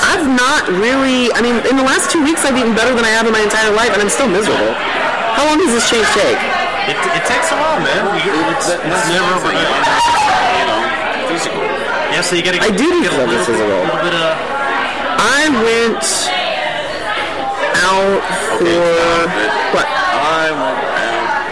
Speaker 3: I've not really. I mean, in the last two weeks, I've eaten better than I have in my entire life, and I'm still miserable. How long does this change take?
Speaker 5: It, it takes a while, man. You, it's, it's never
Speaker 4: the thing.
Speaker 5: overnight.
Speaker 4: You know, physical.
Speaker 5: Yeah, so you gotta.
Speaker 3: I do need
Speaker 5: get
Speaker 3: to love
Speaker 5: little,
Speaker 3: this as a role.
Speaker 5: little bit uh, of.
Speaker 3: I went out
Speaker 4: Okay,
Speaker 3: for
Speaker 4: stop it.
Speaker 3: what?
Speaker 4: I'm. Uh,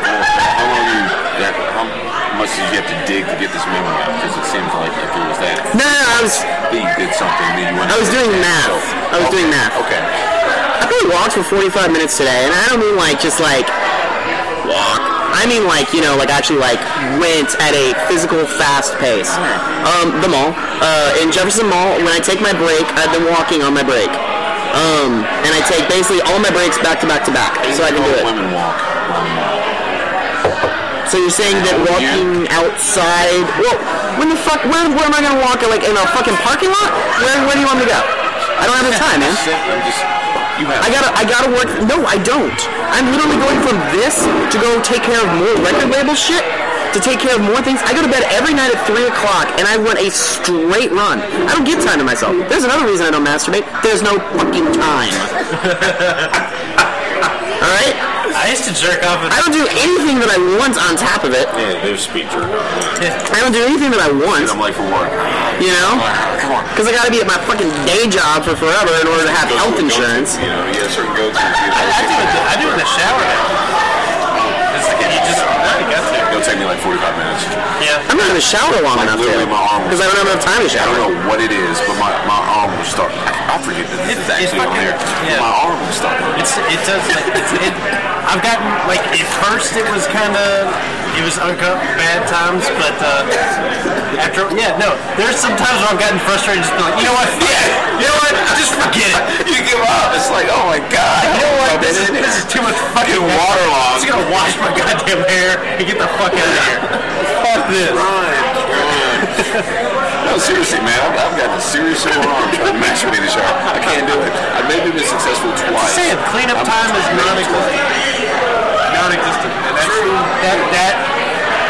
Speaker 4: how long you? That, how much did you have to dig to get this memo out? Because it seems like if it was that,
Speaker 3: No, no, no, I was
Speaker 4: that you did something, then you went.
Speaker 3: I was doing math.
Speaker 4: So,
Speaker 3: I was
Speaker 4: okay,
Speaker 3: doing math.
Speaker 4: Okay.
Speaker 3: I probably walked for 45 minutes today, and I don't mean like just like walk. I mean like you know like actually like went at a physical fast pace. Um, the mall uh, in Jefferson Mall. When I take my break, I've been walking on my break, um, and I take basically all my breaks back to back to back, so I can do it.
Speaker 4: Women walk. Women walk.
Speaker 3: So you're saying that walking outside? Well, when the fuck? Where, where am I gonna walk? Like in a fucking parking lot? Where Where do you want me to go? I don't have the time, man.
Speaker 4: That's it. I'm just. You have.
Speaker 3: I gotta, I gotta work. No, I don't. I'm literally going from this to go take care of more record label shit, to take care of more things. I go to bed every night at three o'clock, and I run a straight run. I don't give time to myself. There's another reason I don't masturbate. There's no fucking time. All right,
Speaker 5: I used to jerk off
Speaker 3: I
Speaker 5: at
Speaker 3: don't do anything that I want on top of it.
Speaker 4: Yeah, there's speed jerk.
Speaker 3: I don't do anything that I want.
Speaker 4: I'm like for work.
Speaker 3: You know?
Speaker 4: Come on.
Speaker 3: Because I gotta be at my fucking day job for forever in order to have health insurance.
Speaker 4: You know, you have certain go-tos. You
Speaker 5: I,
Speaker 4: know,
Speaker 5: I do it. I do it in the shower now. It's like you just no, you got to.
Speaker 4: It'll take me like 45 minutes.
Speaker 5: Yeah.
Speaker 3: I'm not in the shower long enough to.
Speaker 4: Literally, my arm was-
Speaker 3: Because I don't have enough time to
Speaker 4: I
Speaker 3: shower.
Speaker 4: don't know what it is, but my, my arm will start. I forget that this is
Speaker 5: It's- it's
Speaker 4: actually on
Speaker 5: fucking-
Speaker 4: there.
Speaker 5: yeah.
Speaker 4: But my arm will start. hurting.
Speaker 5: It's it does like it's, it. I've gotten like at first it was kind of it was unco- bad times, but uh, after yeah no, there's some times where I've gotten frustrated, just be like you know what yeah you know what just forget it.
Speaker 4: You give up. It's like, oh my god.
Speaker 5: You know what? This is,
Speaker 4: I've been in
Speaker 5: this is
Speaker 4: there.
Speaker 5: too much fucking
Speaker 4: Getting
Speaker 5: water. I'm
Speaker 4: waterlogged.
Speaker 5: just gonna wash my goddamn hair and get the fuck out of here. Fuck this.
Speaker 4: No, seriously, man. I've, I've got a serious sore arm trying to masturbate in the shower. I can't do it. I've maybe been successful twice.
Speaker 5: Sam, cleanup time is non-existent. Non-existent. And that's that that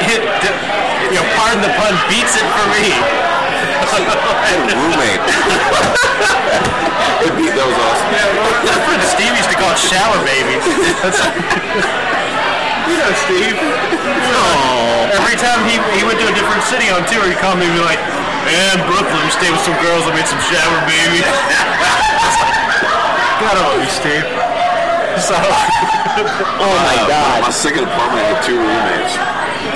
Speaker 5: it, that- you know, pardon the pun, beats it for me.
Speaker 4: I had a roommate. It'd be- that was awesome.
Speaker 5: That's what Steve used to call it shower babies. That's you know Steve. Every time he, he went to a different city on tour, he'd call me and be like, Man, Brooklyn, we stayed with some girls, I made some shower babies. God, I love you, Steve.
Speaker 3: Oh
Speaker 5: So,
Speaker 3: my
Speaker 4: Uh,
Speaker 3: god.
Speaker 4: My, my second apartment had two roommates.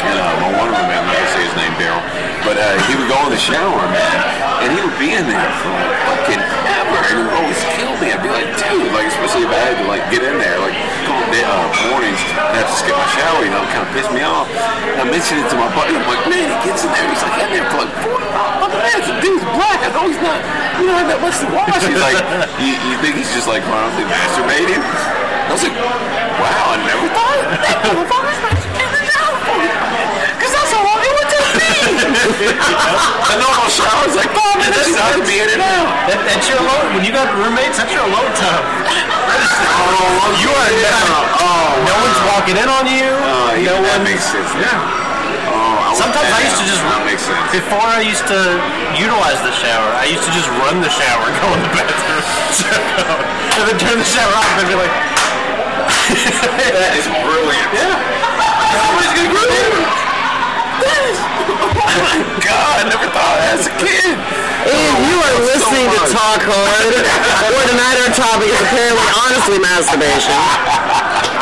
Speaker 4: And uh, my one roommate, I'm not gonna say his name, Daryl, but uh, he would go in the shower, man, and he would be in there for like fucking ever, and it would always kill me. I'd be like, dude, like especially if I had to like get in there, like a couple day, uh, mornings, and have to skip my shower, you know, it kind of pissed me off. And I mentioned it to my buddy, I'm like, man, he gets in there, he's like, in there for like 45 fucking minutes, the dude's black, I know he's not, you know, that much to wash. He's like, you, you think he's just like chronically masturbating? I was like, wow, I never thought of that. Motherfucker's masturbating shower Because that's how long it would take me. A normal shower is like five minutes. You have to be in and out.
Speaker 5: that, that's your alone, when you got roommates, that's your alone time.
Speaker 4: Oh,
Speaker 5: You are not,
Speaker 4: Oh,
Speaker 5: no one's walking in on
Speaker 4: uh,
Speaker 5: you. no
Speaker 4: even that
Speaker 5: one.
Speaker 4: makes sense. Yeah. Oh, I would-
Speaker 5: Sometimes I
Speaker 4: yeah,
Speaker 5: used to just
Speaker 4: That makes sense.
Speaker 5: Before I used to utilize the shower, I used to just run the shower, go in the bathroom, so, and then turn the shower off and be like,
Speaker 4: that is brilliant. Somebody's gonna grow it. Oh my god, I never thought of that as a kid.
Speaker 3: If you are listening to Talk Hard, or tonight our topic is apparently honestly masturbation.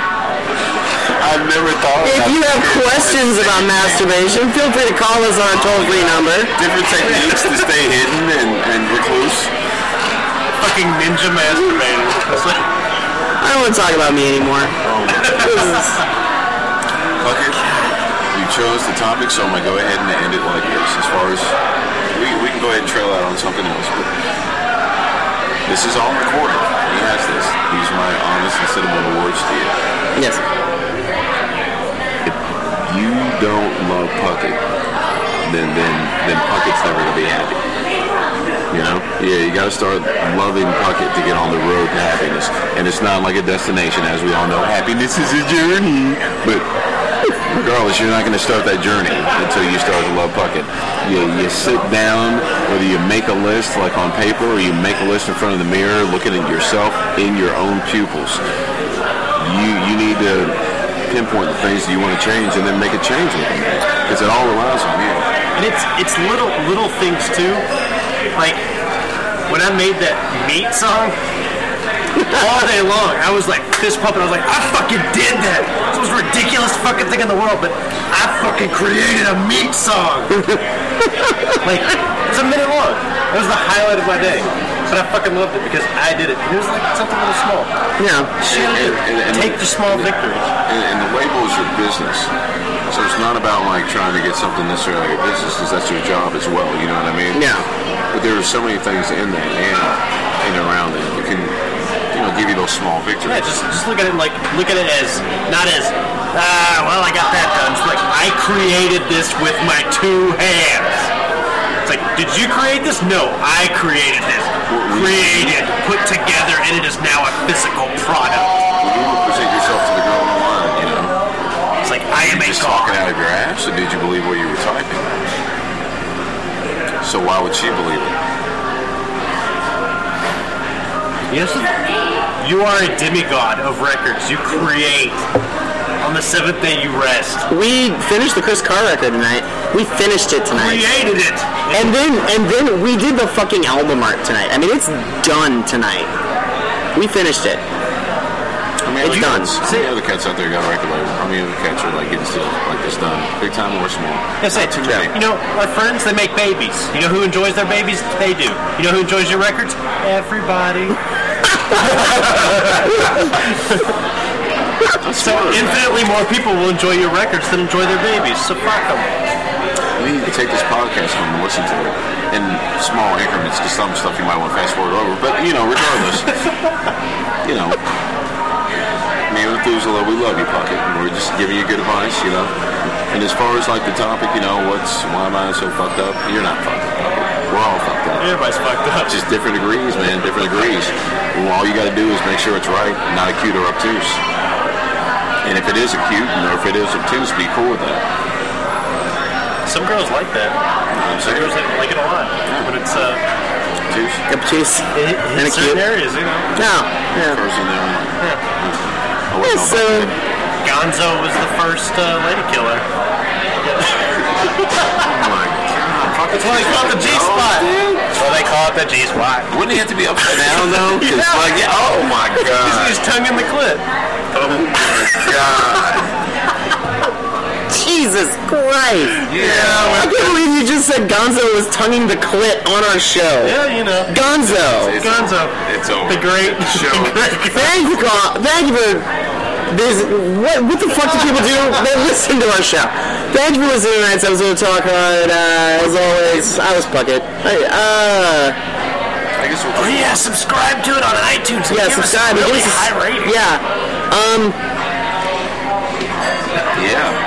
Speaker 4: I never thought of
Speaker 3: If
Speaker 4: that.
Speaker 3: you have questions about masturbation, feel free to call us on our toll-free number.
Speaker 4: different techniques to stay hidden and, and recluse.
Speaker 5: Fucking ninja masturbator. It's like,
Speaker 3: I don't want to talk about me anymore. This is-
Speaker 4: Fuck it. You chose the topic, so I'm gonna go ahead and end it like this. As far as we, we can go ahead and trail out on something else, but this is all recorded. He has this. These are my honest and cinnamon words to you.
Speaker 3: Yes.
Speaker 4: You don't love Puckett, then then then Puckett's never gonna be happy. You know? Yeah, you gotta start loving Puckett to get on the road to happiness. And it's not like a destination, as we all know. Happiness is a journey. But regardless, you're not going to start that journey until you start to love Puckett. You, you sit down, whether you make a list like on paper or you make a list in front of the mirror, looking at yourself in your own pupils. You you need to pinpoint the things that you want to change and then make a change with them because it all relies on you.
Speaker 5: and it's it's little little things too. Like when I made that meat song all day long, I was like fist pumping. I was like, I fucking did that. It's the most ridiculous fucking thing in the world, but I fucking created a meat song. like it's a minute long. It was the highlight of my day. But I fucking loved it because I did it. And it was like something little small.
Speaker 3: Yeah.
Speaker 5: Shit, take the small victories.
Speaker 4: And, and the label is your business. So it's not about like trying to get something necessarily your business, because that's your job as well. You know what I mean?
Speaker 3: Yeah.
Speaker 4: But there are so many things in that and in and around it that can, you know, give you those small
Speaker 5: Yeah,
Speaker 4: victories.
Speaker 5: just, just look at it like look at it as not as ah well I got that done. It's like I created this with my two hands. It's like did you create this? No, I created this. Created, put together, and it is now a physical product.
Speaker 4: When you would present yourself to the girl online, you know,
Speaker 5: It's like I am a
Speaker 4: just
Speaker 5: god.
Speaker 4: talking out of your ass, or did you believe what you were typing? So why would she believe it?
Speaker 5: Yes, you are a demigod of records. You create. On the seventh day you rest.
Speaker 3: We finished the Chris Carr record tonight. We finished it tonight.
Speaker 5: Created it.
Speaker 3: And then and then we did the fucking album art tonight. I mean it's done tonight. We finished it.
Speaker 4: How many
Speaker 3: It's
Speaker 4: other
Speaker 3: done.
Speaker 4: cats- How many other cats out there got a record label? How many other cats are like getting still like this done, big time or small?
Speaker 5: That's it.
Speaker 4: Too many.
Speaker 5: You know, our friends, they make babies. You know who enjoys their babies? They do. You know who enjoys your records? Everybody. so infinitely more people will enjoy your records than enjoy their babies. So fuck them.
Speaker 4: We need to take this podcast home and listen to it in small increments because some stuff you might want to fast forward over. But you know, regardless, you know, me and Methuselah, we love you, Puckett. and We're just giving you good advice, you know. And as far as like the topic, you know, what's why am I so fucked up? You're not fucked up. Puckett. We're all fucked up.
Speaker 5: Everybody's fucked up.
Speaker 4: Just different degrees, man. Different degrees. Well, all you got to do is make sure it's right, not acute or obtuse. And if it is acute, or if it is obtuse, be cool with that.
Speaker 5: Some girls like that. Some girls like, like it a lot. But it's uh,
Speaker 4: Obtuse.
Speaker 3: Obtuse.
Speaker 5: it,
Speaker 3: And
Speaker 5: in
Speaker 3: it's
Speaker 5: certain
Speaker 3: cute.
Speaker 5: areas, you know.
Speaker 3: No. Yeah.
Speaker 4: person there. I
Speaker 3: Yeah,
Speaker 4: wasn't
Speaker 3: so
Speaker 4: on
Speaker 5: Gonzo was the first uh, lady killer.
Speaker 4: It's
Speaker 5: They call it the G spot. Well, they call it the G spot.
Speaker 4: Wouldn't he have to be upside down though? 'Cause,
Speaker 5: Yeah.
Speaker 4: like, yeah, oh my god.
Speaker 5: His tongue in the clip.
Speaker 3: Jesus Christ.
Speaker 4: Yeah.
Speaker 3: I can't believe you just said Gonzo was tonguing the clit on our show.
Speaker 5: Yeah, you know.
Speaker 3: Gonzo.
Speaker 5: Gonzo.
Speaker 4: It's over.
Speaker 5: The great.
Speaker 4: Show.
Speaker 3: Thank you, Gon- thank you for this, what, what the fuck do people do? They listen to our show. Thank you for listening to tonight's episode of Talk Hard. Uh, as always, I was Puckett. Hey, uh,
Speaker 4: I guess we'll just
Speaker 5: Oh, Yeah, subscribe to it on iTunes. and
Speaker 3: yeah,
Speaker 5: give us a
Speaker 3: subscribe. and
Speaker 5: Really
Speaker 3: give us a-
Speaker 5: high rating.
Speaker 3: Yeah.
Speaker 4: Yeah.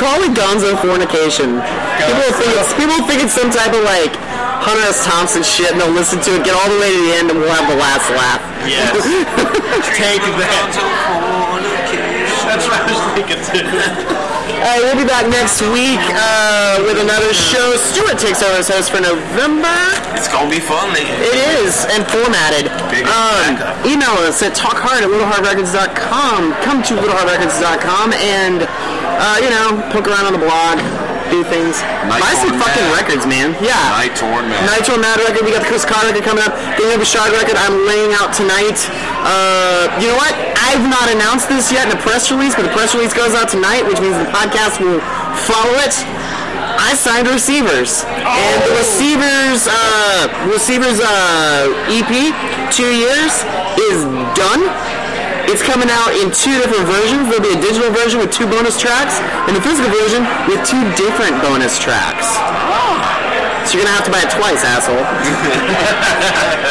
Speaker 3: Call it Gonzo fornication. People think, it's, people think it's some type of like Hunter S. Thompson shit and they'll listen to it, get all the way to the end, and we'll have the last laugh.
Speaker 5: Yes. Take that. That's what I was thinking too.
Speaker 3: Uh, we'll be back next week uh, with another show. Stuart takes over as host for November.
Speaker 5: It's gonna be fun. nigga.
Speaker 3: It is, and formatted.
Speaker 5: Big
Speaker 3: Um,
Speaker 5: backup.
Speaker 3: email us at talkhard at littleheartrecords.com. Come to littleheartrecords.com and, uh, you know, poke around on the blog, do things.
Speaker 4: Nice
Speaker 3: Buy some
Speaker 4: one,
Speaker 3: fucking
Speaker 4: Matt.
Speaker 3: records, man. Yeah.
Speaker 4: Night Torn Man.
Speaker 3: Nitro Mad record. We got the Chris Connor record coming up. Daniel Bouchard record. I'm laying out tonight. Uh, you know what? I've not announced this yet in a press release, but the press release goes out tonight, which means the podcast will follow it. I signed receivers, and the receivers uh, receivers uh, EP two years is done. It's coming out in two different versions. There'll be a digital version with two bonus tracks, and the physical version with two different bonus tracks. So you're gonna have to buy it twice, asshole. uh,